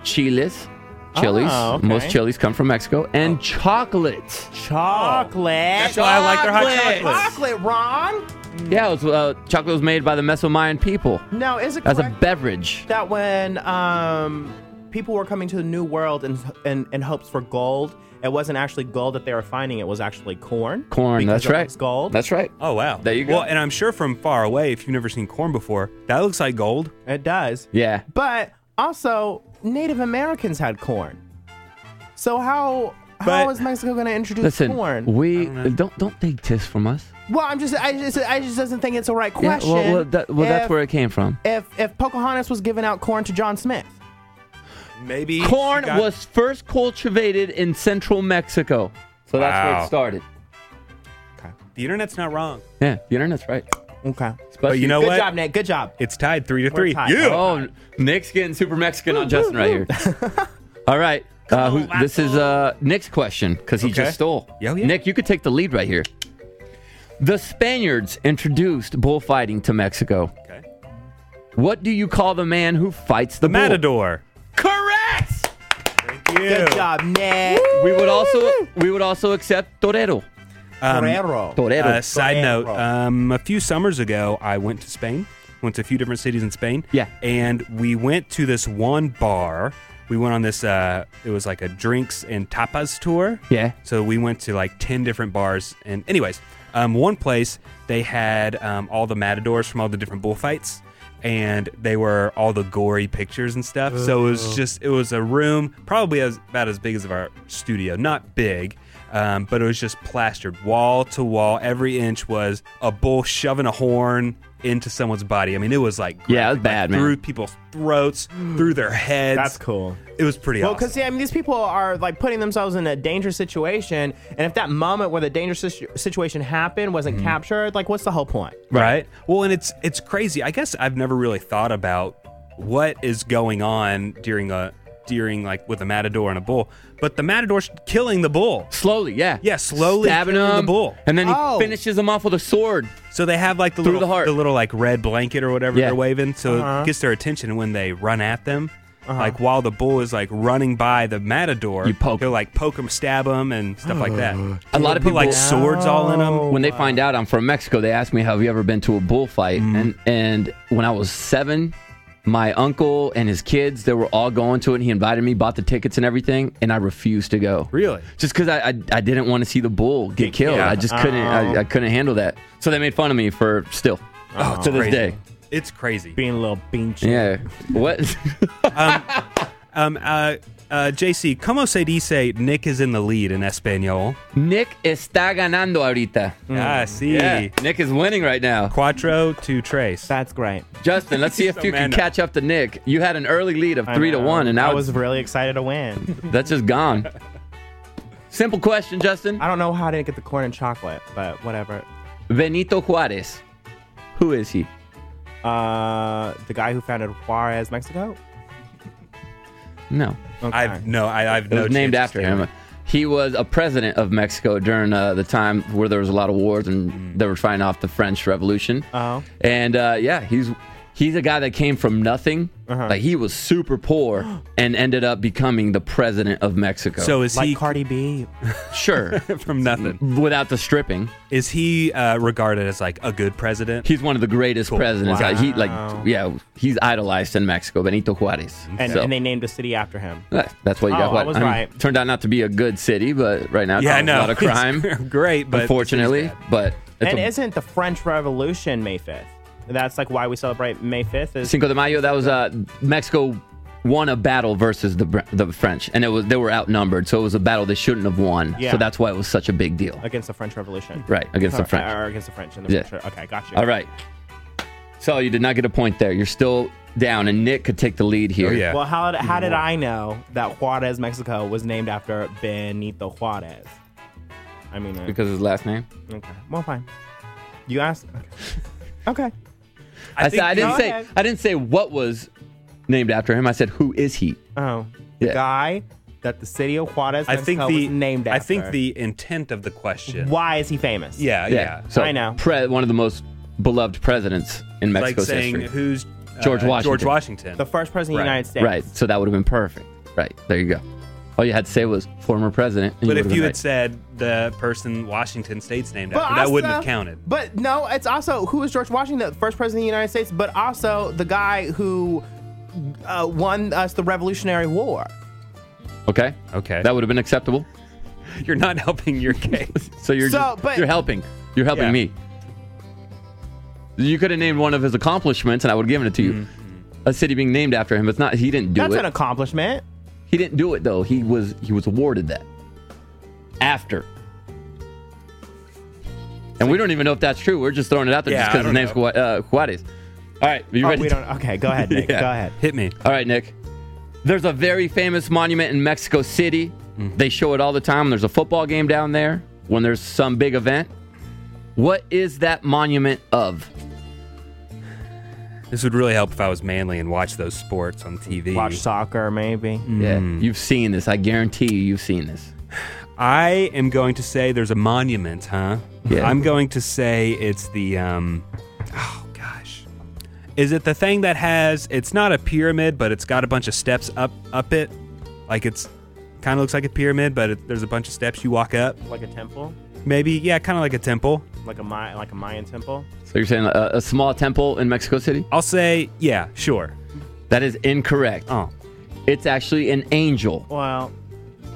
[SPEAKER 7] Chiles, chilies,
[SPEAKER 5] Oh, Mm-hmm. okay. Oh.
[SPEAKER 7] most chilies come from Mexico, and chocolate.
[SPEAKER 5] chocolate.
[SPEAKER 6] That's why I like their hot chocolate.
[SPEAKER 5] chocolate, Ron.
[SPEAKER 7] Yeah, it was, uh, chocolate was made by the Meso-Mayan people
[SPEAKER 5] No, is it
[SPEAKER 7] as a
[SPEAKER 5] correct
[SPEAKER 7] beverage.
[SPEAKER 5] that when um, people were coming to the New World in, in in hopes for gold, it wasn't actually gold that they were finding; it was actually corn.
[SPEAKER 7] Corn,
[SPEAKER 5] because
[SPEAKER 7] that's
[SPEAKER 5] it
[SPEAKER 7] right.
[SPEAKER 5] was gold.
[SPEAKER 7] That's right.
[SPEAKER 6] Oh wow.
[SPEAKER 7] There you go.
[SPEAKER 6] Well, and I'm sure from far away, if you've never seen corn before, that looks like gold.
[SPEAKER 5] it does.
[SPEAKER 7] Yeah.
[SPEAKER 5] But also, Native Americans had corn. So how
[SPEAKER 6] But-
[SPEAKER 5] how is Mexico going to introduce
[SPEAKER 7] Listen,
[SPEAKER 5] corn?
[SPEAKER 7] we don't don't take this from us.
[SPEAKER 5] well, I'm just I just I just doesn't think it's the right
[SPEAKER 7] Yeah,
[SPEAKER 5] question.
[SPEAKER 7] well, well, that, well that's
[SPEAKER 5] if-
[SPEAKER 7] where it came from.
[SPEAKER 5] if if Pocahontas was giving out corn to John Smith.
[SPEAKER 6] Maybe she
[SPEAKER 7] Corn
[SPEAKER 6] got-
[SPEAKER 7] was first cultivated in central Mexico, so that's where
[SPEAKER 6] Wow.
[SPEAKER 7] it started.
[SPEAKER 6] The internet's not wrong.
[SPEAKER 7] Yeah, the internet's right.
[SPEAKER 5] Okay.
[SPEAKER 6] But you know
[SPEAKER 5] Good
[SPEAKER 6] what?
[SPEAKER 5] job, Nick. Good job.
[SPEAKER 6] It's tied three to
[SPEAKER 5] We're
[SPEAKER 6] three.
[SPEAKER 5] tied.
[SPEAKER 7] Oh, Nick's getting super Mexican on Justin right here. All right. Uh, who, this is uh, Nick's question because he
[SPEAKER 6] Okay.
[SPEAKER 7] just stole.
[SPEAKER 6] Yeah, yeah.
[SPEAKER 7] Nick, you could take the lead right here. The Spaniards introduced bullfighting to Mexico.
[SPEAKER 6] Okay.
[SPEAKER 7] What do you call the man who fights the
[SPEAKER 6] The matador.
[SPEAKER 7] Bull? Correct.
[SPEAKER 6] Thank you.
[SPEAKER 5] Good job, Nick.
[SPEAKER 7] We would also we would also accept torero.
[SPEAKER 6] Um,
[SPEAKER 5] Guerrero.
[SPEAKER 7] Torero.
[SPEAKER 6] Uh, side note:
[SPEAKER 5] Torero.
[SPEAKER 6] um, a few summers ago, I went to Spain. Went to a few different cities in Spain.
[SPEAKER 7] Yeah.
[SPEAKER 6] and we went to this one bar. We went on this. Uh, it was like a drinks and tapas tour.
[SPEAKER 7] Yeah.
[SPEAKER 6] So we went to like ten different bars. And anyways, um, one place they had um, all the matadors from all the different bullfights. And they were all the gory pictures and stuff. So it was just, it was a room probably as about as big as our studio. Not big, um, but it was just plastered wall to wall. Every inch was a bull shoving a horn into someone's body. I mean, it was like
[SPEAKER 7] Yeah, it
[SPEAKER 6] graphic,
[SPEAKER 7] was
[SPEAKER 6] like,
[SPEAKER 7] bad, man.
[SPEAKER 6] Through people's throats, through their heads.
[SPEAKER 5] That's cool.
[SPEAKER 6] It was pretty
[SPEAKER 5] Well,
[SPEAKER 6] awesome.
[SPEAKER 5] because I mean, these people are like putting themselves in a dangerous situation, and if that moment where the dangerous situ- situation happened wasn't captured, like, what's the whole point?
[SPEAKER 6] right well and it's it's crazy i guess i've never really thought about what is going on during a during like with a matador and a bull but the matador's killing the bull
[SPEAKER 7] Slowly, yeah.
[SPEAKER 6] Yeah, slowly
[SPEAKER 7] stabbing
[SPEAKER 6] killing the
[SPEAKER 7] him,
[SPEAKER 6] bull.
[SPEAKER 7] and then he
[SPEAKER 5] Oh.
[SPEAKER 7] finishes him off with a sword.
[SPEAKER 6] so they have like the
[SPEAKER 7] Through
[SPEAKER 6] little
[SPEAKER 7] the heart.
[SPEAKER 6] little like red blanket or whatever
[SPEAKER 7] Yeah. Uh-huh.
[SPEAKER 6] they're waving so it gets their attention and when they run at them like while the bull is like running by the matador
[SPEAKER 7] You poke
[SPEAKER 6] they'll
[SPEAKER 7] him.
[SPEAKER 6] like poke him stab him and stuff like that
[SPEAKER 7] A lot of
[SPEAKER 6] put like
[SPEAKER 7] people-
[SPEAKER 6] swords all in them
[SPEAKER 7] when they find out I'm from Mexico, they ask me, "Have you ever been to a bullfight?" And and when I was seven, my uncle and his kids, they were all going to it. And he invited me, bought the tickets and everything, and I refused to go.
[SPEAKER 6] Really?
[SPEAKER 7] Just because I, I I didn't want to see the bull get killed. I just couldn't I, I couldn't handle that. So they made fun of me for still to this
[SPEAKER 6] Crazy.
[SPEAKER 7] day.
[SPEAKER 6] it's crazy
[SPEAKER 5] Being a little bean
[SPEAKER 7] Yeah. What?
[SPEAKER 6] um uh uh, JC, como se dice Nick is in the lead in Espanol?
[SPEAKER 7] Nick está ganando ahorita.
[SPEAKER 5] Hmm.
[SPEAKER 6] Ah, see.
[SPEAKER 7] Yeah. Nick is winning right now.
[SPEAKER 6] Quattro to Trace.
[SPEAKER 5] That's great.
[SPEAKER 7] Justin, let's see if
[SPEAKER 6] So
[SPEAKER 7] you can
[SPEAKER 6] manned up.
[SPEAKER 7] catch up to Nick. You had an early lead of three to one, and now
[SPEAKER 5] I
[SPEAKER 7] it's-
[SPEAKER 5] was really excited to win.
[SPEAKER 7] That's just gone. Simple question, Justin.
[SPEAKER 5] I don't know how I didn't get the corn and chocolate, but whatever.
[SPEAKER 7] Benito Juarez. Who is he?
[SPEAKER 5] Uh, the guy who founded Juarez, Mexico.
[SPEAKER 7] No.
[SPEAKER 5] Okay.
[SPEAKER 6] I've no, I, I've
[SPEAKER 7] It
[SPEAKER 6] no.
[SPEAKER 7] was named
[SPEAKER 6] chance
[SPEAKER 7] after
[SPEAKER 6] to
[SPEAKER 7] him. He was a president of Mexico during uh, the time where there was a lot of wars and they were fighting off the French Revolution.
[SPEAKER 6] Uh-huh.
[SPEAKER 5] Oh.
[SPEAKER 7] And uh, yeah, he's he's a guy that came from nothing.
[SPEAKER 6] Uh-huh.
[SPEAKER 7] Like he was super poor and ended up becoming the president of Mexico.
[SPEAKER 6] So is
[SPEAKER 5] like
[SPEAKER 6] he
[SPEAKER 5] Cardi B.
[SPEAKER 7] sure,
[SPEAKER 6] from nothing?
[SPEAKER 7] without the stripping,
[SPEAKER 6] Is he uh, regarded as like a good president?
[SPEAKER 7] he's one of the greatest presidents. Like, he
[SPEAKER 5] Wow.
[SPEAKER 7] like yeah, he's idolized in Mexico, Benito Juarez.
[SPEAKER 5] And,
[SPEAKER 7] So-
[SPEAKER 5] and they named a city after him.
[SPEAKER 7] Yeah, That's why you
[SPEAKER 5] Oh,
[SPEAKER 7] got
[SPEAKER 5] I
[SPEAKER 7] what
[SPEAKER 5] was right.
[SPEAKER 7] Turned out not to be a good city, but right now it's
[SPEAKER 6] yeah, I know.
[SPEAKER 7] Oh, a lot of crime.
[SPEAKER 6] It's great, but
[SPEAKER 7] unfortunately, but it's
[SPEAKER 5] and
[SPEAKER 7] a-
[SPEAKER 5] isn't the French Revolution May 5th? That's like why we celebrate May 5th. Is
[SPEAKER 7] Cinco de Mayo. That was uh, Mexico won a battle versus the Br- the French, and it was they were outnumbered, so it was a battle they shouldn't have won.
[SPEAKER 5] Yeah.
[SPEAKER 7] So that's why it was such a big deal.
[SPEAKER 5] against the French Revolution.
[SPEAKER 7] Right, against the
[SPEAKER 5] Or-
[SPEAKER 7] French.
[SPEAKER 5] Or against the French. And the
[SPEAKER 7] Yeah.
[SPEAKER 5] French. Okay, gotcha.
[SPEAKER 7] All right. So you did not get a point there. You're still down, and Nick could take the lead here.
[SPEAKER 6] Oh, yeah.
[SPEAKER 5] Well, how, did- how did I know that Juarez, Mexico was named after Benito Juarez? I mean, uh,
[SPEAKER 7] Because his last name,
[SPEAKER 5] okay. Well, fine. You asked. Okay. okay.
[SPEAKER 7] I, said,
[SPEAKER 6] think-
[SPEAKER 7] I didn't
[SPEAKER 5] Go
[SPEAKER 7] say
[SPEAKER 5] ahead.
[SPEAKER 7] I didn't say what was named after him. I said who is he?
[SPEAKER 5] Oh. The
[SPEAKER 7] Yeah.
[SPEAKER 5] guy that the city of Juarez,
[SPEAKER 6] I
[SPEAKER 5] Mexico
[SPEAKER 6] think the
[SPEAKER 5] was named after.
[SPEAKER 6] I think the intent of the question.
[SPEAKER 5] Why is he famous?
[SPEAKER 6] Yeah, Uh, yeah.
[SPEAKER 7] So
[SPEAKER 5] I know.
[SPEAKER 7] pre- one of the most beloved presidents in
[SPEAKER 6] It's
[SPEAKER 7] Mexico's
[SPEAKER 6] like saying
[SPEAKER 7] history.
[SPEAKER 6] who's uh,
[SPEAKER 7] George
[SPEAKER 6] George
[SPEAKER 7] Washington.
[SPEAKER 6] Washington.
[SPEAKER 5] The first president of the
[SPEAKER 6] Right.
[SPEAKER 5] United States.
[SPEAKER 7] Right. So that would have been perfect. Right. There you go. All you had to say was former president. and
[SPEAKER 6] but
[SPEAKER 7] would've
[SPEAKER 6] if you
[SPEAKER 7] been
[SPEAKER 6] had
[SPEAKER 7] right.
[SPEAKER 6] said the person Washington State's named after, that wouldn't have
[SPEAKER 5] also-
[SPEAKER 6] counted.
[SPEAKER 5] But no, it's also who is George Washington, the first president of the United States, but also the guy who uh, won us the Revolutionary War.
[SPEAKER 7] okay,
[SPEAKER 6] Okay.
[SPEAKER 7] that would have been acceptable.
[SPEAKER 6] You're not helping your case.
[SPEAKER 7] So you're
[SPEAKER 5] So,
[SPEAKER 7] just,
[SPEAKER 5] but-
[SPEAKER 7] you're helping. You're helping
[SPEAKER 6] Yeah.
[SPEAKER 7] me. You could have named one of his accomplishments, and I would have given it to you.
[SPEAKER 6] Mm-hmm.
[SPEAKER 7] A city being named after him. It's not. He didn't do
[SPEAKER 5] That's
[SPEAKER 7] it.
[SPEAKER 5] an accomplishment.
[SPEAKER 7] he didn't do it though. He was he was awarded that after. And we don't even know if that's true. We're just throwing it out there
[SPEAKER 6] Yeah,
[SPEAKER 7] just
[SPEAKER 6] I
[SPEAKER 7] because his
[SPEAKER 6] don't
[SPEAKER 7] name's
[SPEAKER 6] know.
[SPEAKER 7] Gua- uh, Juarez. All right, you
[SPEAKER 5] Oh,
[SPEAKER 7] ready?
[SPEAKER 5] we don't. Okay, go ahead, Nick.
[SPEAKER 7] Yeah.
[SPEAKER 5] Go ahead.
[SPEAKER 6] Hit me.
[SPEAKER 7] All right, Nick. There's a very famous monument in Mexico City.
[SPEAKER 6] Mm-hmm.
[SPEAKER 7] They show it all the time. There's a football game down there when there's some big event. What is that monument of?
[SPEAKER 6] This would really help if I was manly and watched those sports on TV.
[SPEAKER 5] Watch soccer, maybe.
[SPEAKER 6] Hmm.
[SPEAKER 7] Yeah, you've seen this. I guarantee you, you've seen this.
[SPEAKER 6] I am going to say there's a monument, huh?
[SPEAKER 7] Yeah.
[SPEAKER 6] I'm going to say it's the um oh gosh. Is it the thing that has it's not a pyramid, but it's got a bunch of steps up up it? Like it's kind of looks like a pyramid, but it, there's a bunch of steps you walk up.
[SPEAKER 5] Like a temple,
[SPEAKER 6] Maybe yeah, kind of like a temple.
[SPEAKER 5] like a Maya, like a Mayan temple.
[SPEAKER 7] So you're saying a, a small temple in Mexico City?
[SPEAKER 6] I'll say yeah, sure.
[SPEAKER 7] That is incorrect.
[SPEAKER 6] Oh.
[SPEAKER 7] It's actually an angel.
[SPEAKER 5] Well,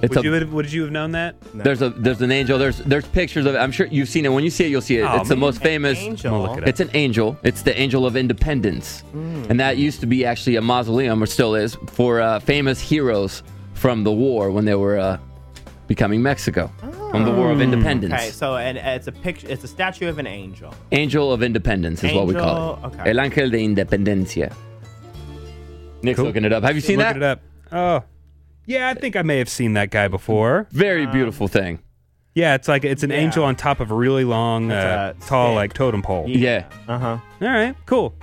[SPEAKER 7] It's
[SPEAKER 6] Would
[SPEAKER 7] a
[SPEAKER 6] you have, would you have known that?
[SPEAKER 7] there's a there's an angel. There's there's pictures of it. I'm sure you've seen it. When you see it, you'll see it.
[SPEAKER 6] Oh,
[SPEAKER 7] it's the
[SPEAKER 6] man.
[SPEAKER 7] most famous.
[SPEAKER 5] angel.
[SPEAKER 6] look it up.
[SPEAKER 7] It's an angel. It's the angel of independence, and that used to be actually a mausoleum, or still is, for uh, famous heroes from the war when they were uh, becoming Mexico from the War of Independence.
[SPEAKER 5] Okay, so and it's a picture. It's a statue of an angel.
[SPEAKER 7] Angel of Independence is what we call it.
[SPEAKER 5] Angel- okay.
[SPEAKER 7] El Ángel de Independencia. Nick's looking it up. Have you seen
[SPEAKER 6] Looking
[SPEAKER 7] that?
[SPEAKER 6] it up. Oh. Yeah, I think I may have seen that guy before.
[SPEAKER 7] Very beautiful thing.
[SPEAKER 6] Yeah, it's like it's an
[SPEAKER 5] Yeah.
[SPEAKER 6] angel on top of a really long, uh,
[SPEAKER 5] That's a
[SPEAKER 6] tall,
[SPEAKER 5] stick.
[SPEAKER 6] like totem pole.
[SPEAKER 7] Yeah.
[SPEAKER 5] Uh huh.
[SPEAKER 6] All right, cool.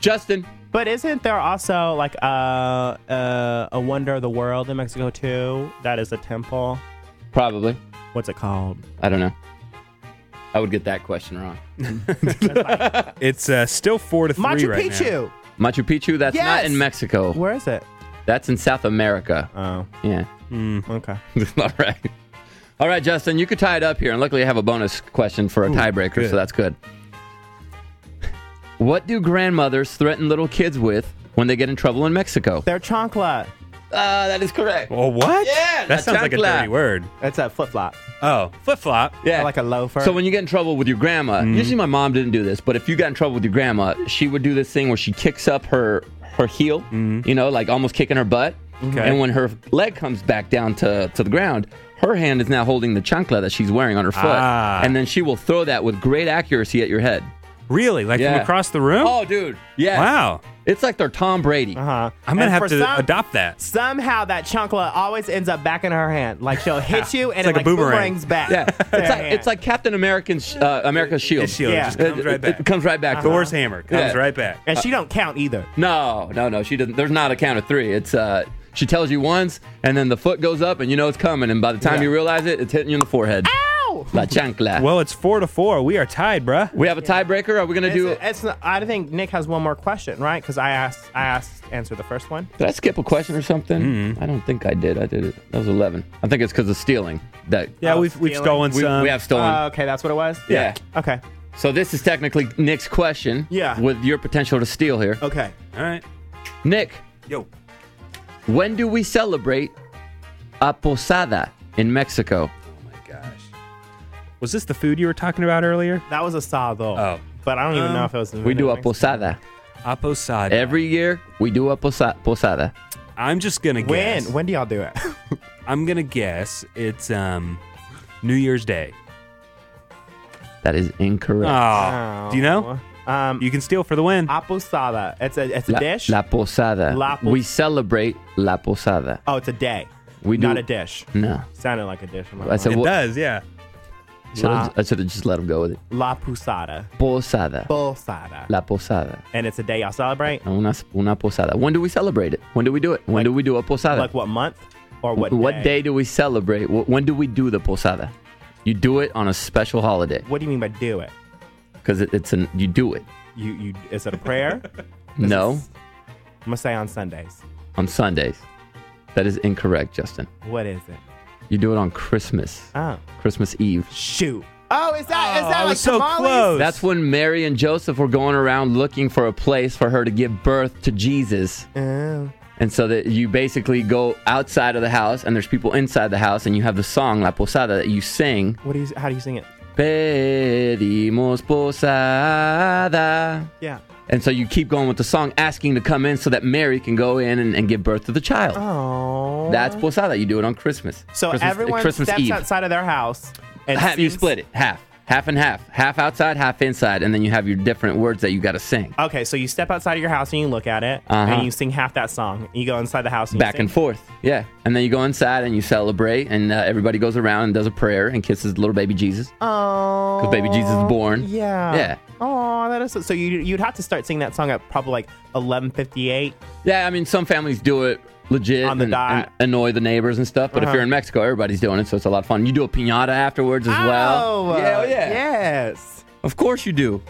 [SPEAKER 7] Justin.
[SPEAKER 5] But isn't there also like a uh, a wonder of the world in Mexico too? That is a temple.
[SPEAKER 7] Probably.
[SPEAKER 5] What's it called?
[SPEAKER 7] I don't know. I would get that question wrong.
[SPEAKER 6] It's uh, still four to three
[SPEAKER 5] Machu
[SPEAKER 6] right now.
[SPEAKER 5] Picchu.
[SPEAKER 7] Machu Picchu, that's not
[SPEAKER 5] Yes!
[SPEAKER 7] in Mexico.
[SPEAKER 5] Where is it?
[SPEAKER 7] That's in South America.
[SPEAKER 5] Oh,
[SPEAKER 7] Yeah.
[SPEAKER 5] okay.
[SPEAKER 7] All right. All right, Justin, you could tie it up here. And luckily, I have a bonus question for a tiebreaker,
[SPEAKER 6] good.
[SPEAKER 7] so that's good. What do grandmothers threaten little kids with when they get in trouble in Mexico?
[SPEAKER 5] They're chancla.
[SPEAKER 7] Uh, that is correct.
[SPEAKER 6] Oh, what?
[SPEAKER 7] Yeah,
[SPEAKER 6] that sounds like a
[SPEAKER 7] chancla.
[SPEAKER 6] dirty word.
[SPEAKER 5] It's a flip flop.
[SPEAKER 6] Oh, flip flop.
[SPEAKER 7] Yeah.
[SPEAKER 5] Like a loafer.
[SPEAKER 7] So when you get in trouble with your grandma,
[SPEAKER 6] Mm.
[SPEAKER 7] usually my mom didn't do this, but if you got in trouble with your grandma, she would do this thing where she kicks up her her heel, you know, like almost kicking her butt.
[SPEAKER 6] Mm-hmm. Okay.
[SPEAKER 7] And when her leg comes back down to, to the ground, her hand is now holding the chancla that she's wearing on her foot.
[SPEAKER 6] Ah.
[SPEAKER 7] And then she will throw that with great accuracy at your head.
[SPEAKER 6] Really? Like
[SPEAKER 7] Yeah.
[SPEAKER 6] from across the room?
[SPEAKER 7] Oh, dude. Yeah.
[SPEAKER 6] Wow.
[SPEAKER 7] It's like they're Tom Brady.
[SPEAKER 5] Uh-huh.
[SPEAKER 6] I'm going
[SPEAKER 5] And
[SPEAKER 6] to have
[SPEAKER 5] for
[SPEAKER 6] to
[SPEAKER 5] some-
[SPEAKER 6] adopt that.
[SPEAKER 5] Somehow that chunkla always ends up back in her hand. Like she'll hit you and
[SPEAKER 6] It's like a
[SPEAKER 5] it like
[SPEAKER 6] boomerang.
[SPEAKER 5] boomerangs back.
[SPEAKER 7] Yeah.
[SPEAKER 5] to
[SPEAKER 7] It's
[SPEAKER 5] your
[SPEAKER 7] like
[SPEAKER 5] hand.
[SPEAKER 7] it's like Captain American's uh, America's shield.
[SPEAKER 6] His shield
[SPEAKER 5] Yeah.
[SPEAKER 6] just
[SPEAKER 7] It-
[SPEAKER 6] comes right
[SPEAKER 7] it-
[SPEAKER 6] back.
[SPEAKER 7] It comes right back.
[SPEAKER 6] Thor's hammer comes
[SPEAKER 7] Yeah.
[SPEAKER 6] right back.
[SPEAKER 5] and she don't count either.
[SPEAKER 7] No, no, no. She doesn't. There's not a count of three. It's uh, she tells you once, and then the foot goes up, and you know it's coming. And by the time you realize it, it's hitting you in the forehead. Ow! La chancla.
[SPEAKER 6] Well, it's four to four. We are tied, bruh.
[SPEAKER 7] we have a tiebreaker. Are we gonna do?
[SPEAKER 5] It's, it's not, I think Nick has one more question, right? Because I asked, I asked, answer the first one.
[SPEAKER 7] Did I skip a question or something? I don't think I did. I did it. That was eleven. I think it's because of stealing. That
[SPEAKER 6] Yeah,
[SPEAKER 5] Oh,
[SPEAKER 6] we've, we've
[SPEAKER 5] stealing.
[SPEAKER 6] stolen
[SPEAKER 7] we,
[SPEAKER 6] some.
[SPEAKER 7] we have stolen.
[SPEAKER 5] Uh, okay, that's what it was.
[SPEAKER 7] yeah.
[SPEAKER 5] Okay.
[SPEAKER 7] So this is technically Nick's question.
[SPEAKER 5] Yeah. Oh.
[SPEAKER 7] With your potential to steal here,
[SPEAKER 5] Okay.
[SPEAKER 6] All right.
[SPEAKER 7] Nick.
[SPEAKER 6] Yo.
[SPEAKER 7] When do we celebrate a posada in Mexico?
[SPEAKER 6] Was this the food you were talking about earlier?
[SPEAKER 5] That was a sado.
[SPEAKER 6] Oh.
[SPEAKER 5] But I don't even
[SPEAKER 6] Um,
[SPEAKER 5] know if it was. in
[SPEAKER 7] We do a
[SPEAKER 5] Mexico.
[SPEAKER 7] posada.
[SPEAKER 6] Aposada.
[SPEAKER 7] Every year we do a posa- posada.
[SPEAKER 6] I'm just going to
[SPEAKER 5] When?
[SPEAKER 6] guess.
[SPEAKER 5] When do y'all do it?
[SPEAKER 6] I'm going to guess it's um New Year's Day.
[SPEAKER 7] That is incorrect.
[SPEAKER 5] Ah,
[SPEAKER 6] Oh. Do you know?
[SPEAKER 5] Um,
[SPEAKER 6] You can steal for the win.
[SPEAKER 5] apostada. It's a it's a
[SPEAKER 7] la,
[SPEAKER 5] dish.
[SPEAKER 7] la posada.
[SPEAKER 5] La pos-
[SPEAKER 7] we celebrate la posada.
[SPEAKER 5] oh, it's a day.
[SPEAKER 7] We do
[SPEAKER 5] Not a dish.
[SPEAKER 7] No.
[SPEAKER 5] Sounded like a dish. in my
[SPEAKER 7] That's
[SPEAKER 5] mind.
[SPEAKER 6] it
[SPEAKER 7] wh-
[SPEAKER 6] does, yeah.
[SPEAKER 7] Should
[SPEAKER 5] La-
[SPEAKER 7] I, I should have just let him go with it.
[SPEAKER 5] La posada.
[SPEAKER 7] Posada.
[SPEAKER 5] Posada.
[SPEAKER 7] la posada.
[SPEAKER 5] and it's a day y'all celebrate.
[SPEAKER 7] Una, una posada. When do we celebrate it? When do we do it? When do we do a posada?
[SPEAKER 5] Like what month or what?
[SPEAKER 7] what
[SPEAKER 5] day?
[SPEAKER 7] day do we celebrate? Wh- When do we do the posada? You do it on a special holiday
[SPEAKER 5] What do you mean by do it?
[SPEAKER 7] because it, it's an you do it.
[SPEAKER 5] You you is it a prayer?
[SPEAKER 7] No,
[SPEAKER 5] I'm gonna say on Sundays.
[SPEAKER 7] on Sundays. That is incorrect, Justin.
[SPEAKER 5] What is it?
[SPEAKER 7] You do it on Christmas,
[SPEAKER 5] Oh
[SPEAKER 7] Christmas Eve.
[SPEAKER 5] shoot! Oh, is that is
[SPEAKER 6] Oh,
[SPEAKER 5] that
[SPEAKER 6] I
[SPEAKER 5] like
[SPEAKER 6] was so
[SPEAKER 5] tamales?
[SPEAKER 6] close.
[SPEAKER 7] That's when Mary and Joseph were going around looking for a place for her to give birth to Jesus.
[SPEAKER 5] Oh.
[SPEAKER 7] And so that you basically go outside of the house and there's people inside the house and you have the song La Posada that you sing.
[SPEAKER 5] What do you? How do you sing it?
[SPEAKER 7] Pedimos posada.
[SPEAKER 5] Yeah.
[SPEAKER 7] And so you keep going with the song asking to come in so that Mary can go in and, and give birth to the child.
[SPEAKER 5] Oh.
[SPEAKER 7] That's posada. You do it on Christmas.
[SPEAKER 5] so
[SPEAKER 7] Christmas,
[SPEAKER 5] everyone
[SPEAKER 7] Christmas
[SPEAKER 5] steps
[SPEAKER 7] Eve.
[SPEAKER 5] outside of their house and
[SPEAKER 7] Half, you
[SPEAKER 5] sings-
[SPEAKER 7] split it half, half and half, half outside, half inside, and then you have your different words that you got to sing.
[SPEAKER 5] Okay, so you step outside of your house and you look at it
[SPEAKER 7] Uh-huh.
[SPEAKER 5] and you sing half that song. You go inside the house and you
[SPEAKER 7] back
[SPEAKER 5] sing.
[SPEAKER 7] and forth. Yeah, and then you go inside and you celebrate, and uh, everybody goes around and does a prayer and kisses little baby Jesus.
[SPEAKER 5] Oh.
[SPEAKER 7] baby Jesus is born.
[SPEAKER 5] Yeah.
[SPEAKER 7] Yeah.
[SPEAKER 5] Oh, that is so, so you you'd have to start singing that song at probably like 11:58.
[SPEAKER 7] Yeah, I mean some families do it legit
[SPEAKER 5] On the
[SPEAKER 7] and,
[SPEAKER 5] dot.
[SPEAKER 7] and annoy the neighbors and stuff.
[SPEAKER 5] Uh-huh.
[SPEAKER 7] But if you're in Mexico, everybody's doing it, so it's a lot of fun. You do a piñata afterwards as well.
[SPEAKER 5] Oh,
[SPEAKER 7] yeah,
[SPEAKER 5] uh,
[SPEAKER 7] oh, yeah,
[SPEAKER 5] Yes.
[SPEAKER 7] Of course you do.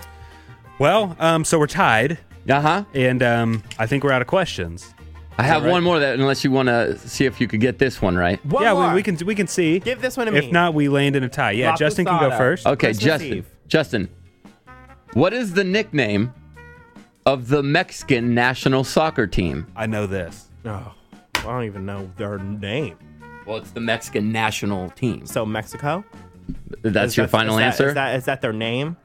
[SPEAKER 6] Well, um, so we're tied,
[SPEAKER 7] Uh huh.
[SPEAKER 6] and um, I think we're out of questions.
[SPEAKER 7] I have
[SPEAKER 6] right?
[SPEAKER 7] one more that unless you want to see if you could get this one right.
[SPEAKER 5] One
[SPEAKER 6] yeah,
[SPEAKER 5] more.
[SPEAKER 6] We, we can we can see.
[SPEAKER 5] Give this one to
[SPEAKER 6] if
[SPEAKER 5] me.
[SPEAKER 6] not, we land in a tie. Yeah,
[SPEAKER 5] La
[SPEAKER 6] Justin can go
[SPEAKER 5] Posada.
[SPEAKER 6] first.
[SPEAKER 7] Okay,
[SPEAKER 5] Christmas
[SPEAKER 7] Justin.
[SPEAKER 5] Eve.
[SPEAKER 7] Justin, what is the nickname of the Mexican national soccer team?
[SPEAKER 6] I know this.
[SPEAKER 5] Oh, I don't even know their name.
[SPEAKER 7] Well, it's the Mexican national team.
[SPEAKER 5] So Mexico.
[SPEAKER 7] That's
[SPEAKER 5] Is
[SPEAKER 7] your
[SPEAKER 5] that-
[SPEAKER 7] final
[SPEAKER 5] is that-
[SPEAKER 7] answer?
[SPEAKER 5] Is that, is that their name?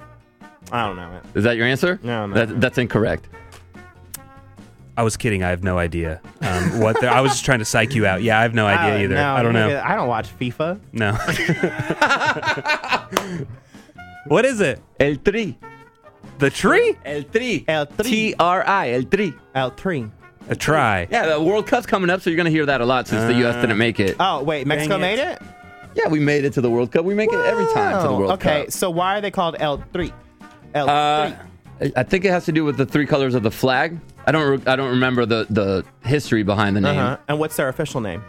[SPEAKER 5] I don't know it.
[SPEAKER 7] Is that your answer?
[SPEAKER 5] No, no.
[SPEAKER 7] That, that's incorrect.
[SPEAKER 6] I was kidding. I have no idea um, what. The, I was just trying to psych you out. Yeah, I have no idea
[SPEAKER 5] Uh,
[SPEAKER 6] either.
[SPEAKER 5] no,
[SPEAKER 6] I don't know.
[SPEAKER 5] maybe- I don't watch FIFA.
[SPEAKER 6] No. what is it?
[SPEAKER 7] El Tri.
[SPEAKER 6] The tree?
[SPEAKER 7] El Tri.
[SPEAKER 5] El Tri.
[SPEAKER 7] T R I. El Tri.
[SPEAKER 5] L three.
[SPEAKER 6] A try.
[SPEAKER 7] Yeah, the World Cup's coming up, so you're going to hear that a lot since the U.S. didn't make it.
[SPEAKER 5] Oh wait, Mexico
[SPEAKER 6] it.
[SPEAKER 5] made it.
[SPEAKER 7] yeah, we made it to the World Cup. We make it every time to the
[SPEAKER 5] Oh,
[SPEAKER 7] World
[SPEAKER 5] okay,
[SPEAKER 7] Cup.
[SPEAKER 5] so why are they called L three? L
[SPEAKER 7] Uh,
[SPEAKER 5] three.
[SPEAKER 7] I- I think it has to do with the three colors of the flag. I don't. Re- I don't remember the, the history behind the name.
[SPEAKER 5] Uh-huh. Oh. And what's their official name?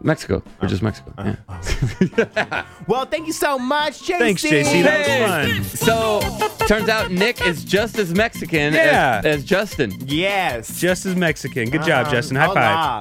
[SPEAKER 7] Mexico, or just Mexico.
[SPEAKER 5] Uh-huh.
[SPEAKER 7] yeah.
[SPEAKER 5] Well, thank you so much, JC.
[SPEAKER 6] Thanks, JC. That was
[SPEAKER 7] Hey.
[SPEAKER 6] fun.
[SPEAKER 7] So, turns out Nick is just as Mexican as-
[SPEAKER 6] Yeah.
[SPEAKER 7] as, Justin.
[SPEAKER 5] Yes.
[SPEAKER 6] Just as Mexican. Good job,
[SPEAKER 5] Um,
[SPEAKER 6] Justin. High
[SPEAKER 5] hola.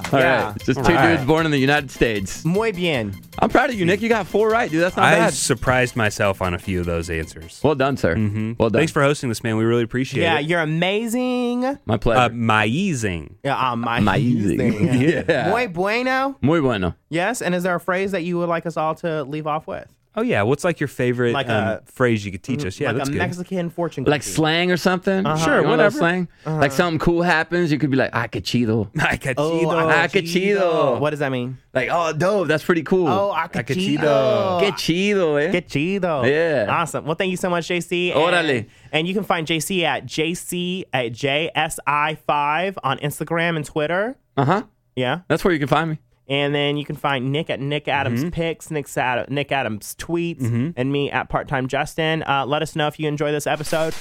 [SPEAKER 6] five.
[SPEAKER 7] All right,
[SPEAKER 5] yeah.
[SPEAKER 7] Just
[SPEAKER 6] All
[SPEAKER 7] two
[SPEAKER 6] right.
[SPEAKER 7] dudes born in the United States.
[SPEAKER 5] Muy bien.
[SPEAKER 7] I'm proud of you, Nick. You got four right, dude. That's not
[SPEAKER 6] I
[SPEAKER 7] bad.
[SPEAKER 6] surprised myself on a few of those answers.
[SPEAKER 7] Well done, sir. Well done.
[SPEAKER 6] Thanks for hosting this, man. We really appreciate
[SPEAKER 5] Yeah,
[SPEAKER 6] it.
[SPEAKER 5] you're amazing.
[SPEAKER 7] My
[SPEAKER 6] uh,
[SPEAKER 7] pleasure.
[SPEAKER 6] maizing.
[SPEAKER 5] Yeah, uh, my
[SPEAKER 7] Amazing.
[SPEAKER 5] amazing.
[SPEAKER 7] Yeah.
[SPEAKER 5] Muy bueno.
[SPEAKER 7] Muy bueno.
[SPEAKER 5] Yes, and is there a phrase that you would like us all to leave off with?
[SPEAKER 6] Oh yeah, what's like your favorite
[SPEAKER 5] Like
[SPEAKER 6] um,
[SPEAKER 5] a-
[SPEAKER 6] phrase you could teach us? Yeah,
[SPEAKER 5] like
[SPEAKER 6] that's
[SPEAKER 5] a
[SPEAKER 6] good.
[SPEAKER 5] Mexican fortune
[SPEAKER 7] Like
[SPEAKER 5] cookie.
[SPEAKER 7] slang or something.
[SPEAKER 5] Uh-huh.
[SPEAKER 6] Sure,
[SPEAKER 7] you know that
[SPEAKER 6] whatever.
[SPEAKER 7] Slang. Like something cool happens, you could be like, "Ah, qué chido."
[SPEAKER 6] Like
[SPEAKER 5] Oh,
[SPEAKER 7] Ah, qué chido.
[SPEAKER 5] What does that mean?
[SPEAKER 7] Like, "Oh, dope. That's pretty cool." "Oh,
[SPEAKER 5] Oh, ah.
[SPEAKER 6] Acachido.
[SPEAKER 5] acachido.
[SPEAKER 7] qué chido, eh?
[SPEAKER 5] Get chido.
[SPEAKER 7] Yeah.
[SPEAKER 5] Awesome. Well, thank you so much, JC. And-
[SPEAKER 7] Órale.
[SPEAKER 5] And, you can find JC at JC at JSI5 on Instagram and Twitter.
[SPEAKER 7] uh huh.
[SPEAKER 5] Yeah.
[SPEAKER 7] That's where you can find me.
[SPEAKER 5] And then you can find Nick at Nick Adams Picks, Nick's Ad- Nick Adams Tweets, and me at Part Time Justin. Uh, let us know if you enjoy this episode.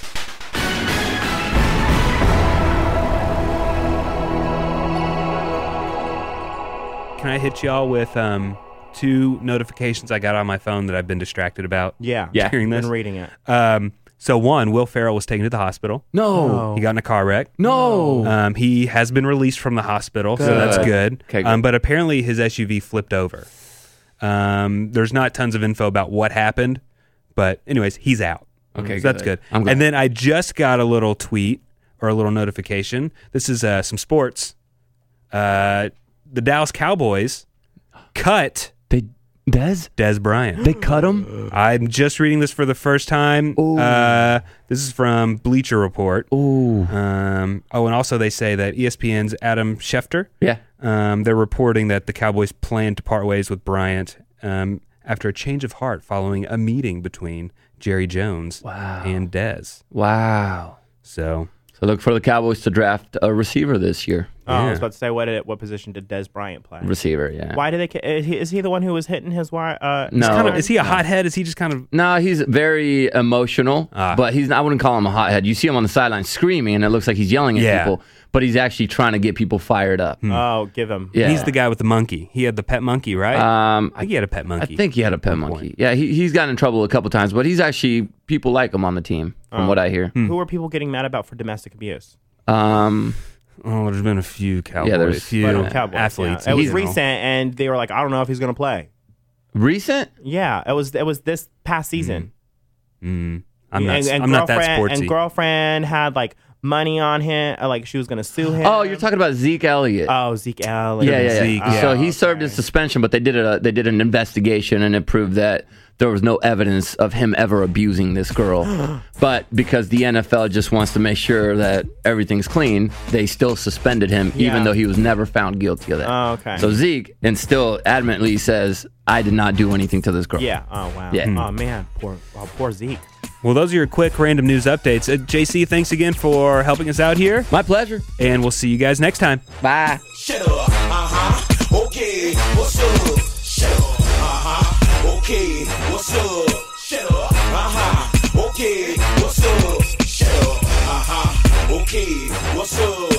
[SPEAKER 6] Can I hit y'all with um, two notifications I got on my phone that I've been distracted about?
[SPEAKER 5] Yeah.
[SPEAKER 7] Yeah.
[SPEAKER 6] Hearing this.
[SPEAKER 5] Been reading it.
[SPEAKER 6] Um, so one, Will Farrell was taken to the hospital.
[SPEAKER 7] No, Oh.
[SPEAKER 6] He got in a car wreck.
[SPEAKER 7] no.
[SPEAKER 6] Um, he has been released from the hospital, so that's good.
[SPEAKER 7] Okay, good.
[SPEAKER 6] Um, but apparently his SUV flipped over. Um, there's not tons of info about what happened, but anyways, he's out.
[SPEAKER 7] Okay,
[SPEAKER 6] so
[SPEAKER 7] good.
[SPEAKER 6] that's good.
[SPEAKER 7] I'm glad.
[SPEAKER 6] and then I just got a little tweet or a little notification. This is uh, some sports. Uh, the Dallas Cowboys cut
[SPEAKER 7] they Des
[SPEAKER 6] Des Bryant.
[SPEAKER 7] they cut him.
[SPEAKER 6] I'm just reading this for the first time. Uh, this is from Bleacher Report.
[SPEAKER 7] Ooh.
[SPEAKER 6] Um, oh, and also they say that ESPN's Adam Schefter.
[SPEAKER 7] Yeah.
[SPEAKER 6] Um, they're reporting that the Cowboys plan to part ways with Bryant um, after a change of heart following a meeting between Jerry Jones
[SPEAKER 7] Wow.
[SPEAKER 6] and Dez.
[SPEAKER 7] Wow.
[SPEAKER 6] So
[SPEAKER 7] So look for the Cowboys to draft a receiver this year.
[SPEAKER 5] Oh, I
[SPEAKER 6] Yeah.
[SPEAKER 5] was about to say, what did, what position did Des Bryant play?
[SPEAKER 7] Receiver, yeah.
[SPEAKER 5] Why did they? ca- Is he, is he the one who was hitting his wire? Uh,
[SPEAKER 7] No.
[SPEAKER 6] kind of, is he a hothead? Is he just kind of
[SPEAKER 7] No, he's very emotional,
[SPEAKER 6] Ah.
[SPEAKER 7] but he's. I wouldn't call him a hothead. You see him on the sideline screaming, and it looks like he's yelling at
[SPEAKER 6] Yeah. Hmm.
[SPEAKER 7] people, but he's actually trying to get people fired up.
[SPEAKER 5] Oh, give him.
[SPEAKER 7] Yeah,
[SPEAKER 6] he's the guy with the monkey? He had the pet monkey, right?
[SPEAKER 7] Um,
[SPEAKER 6] I think he had a pet
[SPEAKER 7] I
[SPEAKER 6] monkey.
[SPEAKER 7] think he had a pet monkey. Yeah, he, he's gotten in trouble a couple times, but he's actually people like him on the team,
[SPEAKER 6] Oh.
[SPEAKER 7] from what I hear.
[SPEAKER 6] Hmm.
[SPEAKER 5] Who are people getting mad about for domestic abuse?
[SPEAKER 7] Um,
[SPEAKER 6] Oh, there's been a few Cowboys,
[SPEAKER 7] Yeah, there's-
[SPEAKER 6] few
[SPEAKER 5] But on Cowboys,
[SPEAKER 6] athletes.
[SPEAKER 5] yeah. It
[SPEAKER 6] in
[SPEAKER 5] was
[SPEAKER 6] general.
[SPEAKER 5] recent, and they were like, I don't know if he's going to play.
[SPEAKER 7] recent?
[SPEAKER 5] Yeah, it was it was this past season.
[SPEAKER 6] Mm, Hmm. I'm not.
[SPEAKER 5] and, and
[SPEAKER 6] I'm not that
[SPEAKER 5] girlfriend-
[SPEAKER 6] sportsy.
[SPEAKER 5] And girlfriend had like money on him, uh, like she was going to sue him.
[SPEAKER 6] Um,
[SPEAKER 7] Oh, you're talking about Zeke Elliott.
[SPEAKER 5] Oh, Zeke Allen.
[SPEAKER 7] yeah, yeah, yeah.
[SPEAKER 6] Zeke,
[SPEAKER 7] So
[SPEAKER 5] yeah.
[SPEAKER 7] he served his suspension, but they did a they did an investigation and it proved that there was no evidence of him ever abusing this girl. but because the NFL just wants to make sure that everything's clean, they still suspended him, even
[SPEAKER 5] Yeah.
[SPEAKER 7] though he was never found guilty of that.
[SPEAKER 5] Oh, okay.
[SPEAKER 7] So Zeke and still adamantly says, "I did not do anything to this girl."
[SPEAKER 5] Yeah. Oh wow.
[SPEAKER 7] Yeah.
[SPEAKER 5] Oh man, poor oh, poor Zeke.
[SPEAKER 6] well, those are your quick random news updates. Uh, JC, thanks again for helping us out here,
[SPEAKER 7] My pleasure.
[SPEAKER 6] and we'll see you guys next time.
[SPEAKER 7] Bye.
[SPEAKER 3] Shut up. Uh huh. Okay. What's up? Shut up. Uh huh. Okay. What's up? Shut up. Uh huh. Okay. What's up? Shut up. Uh huh. Okay. What's up?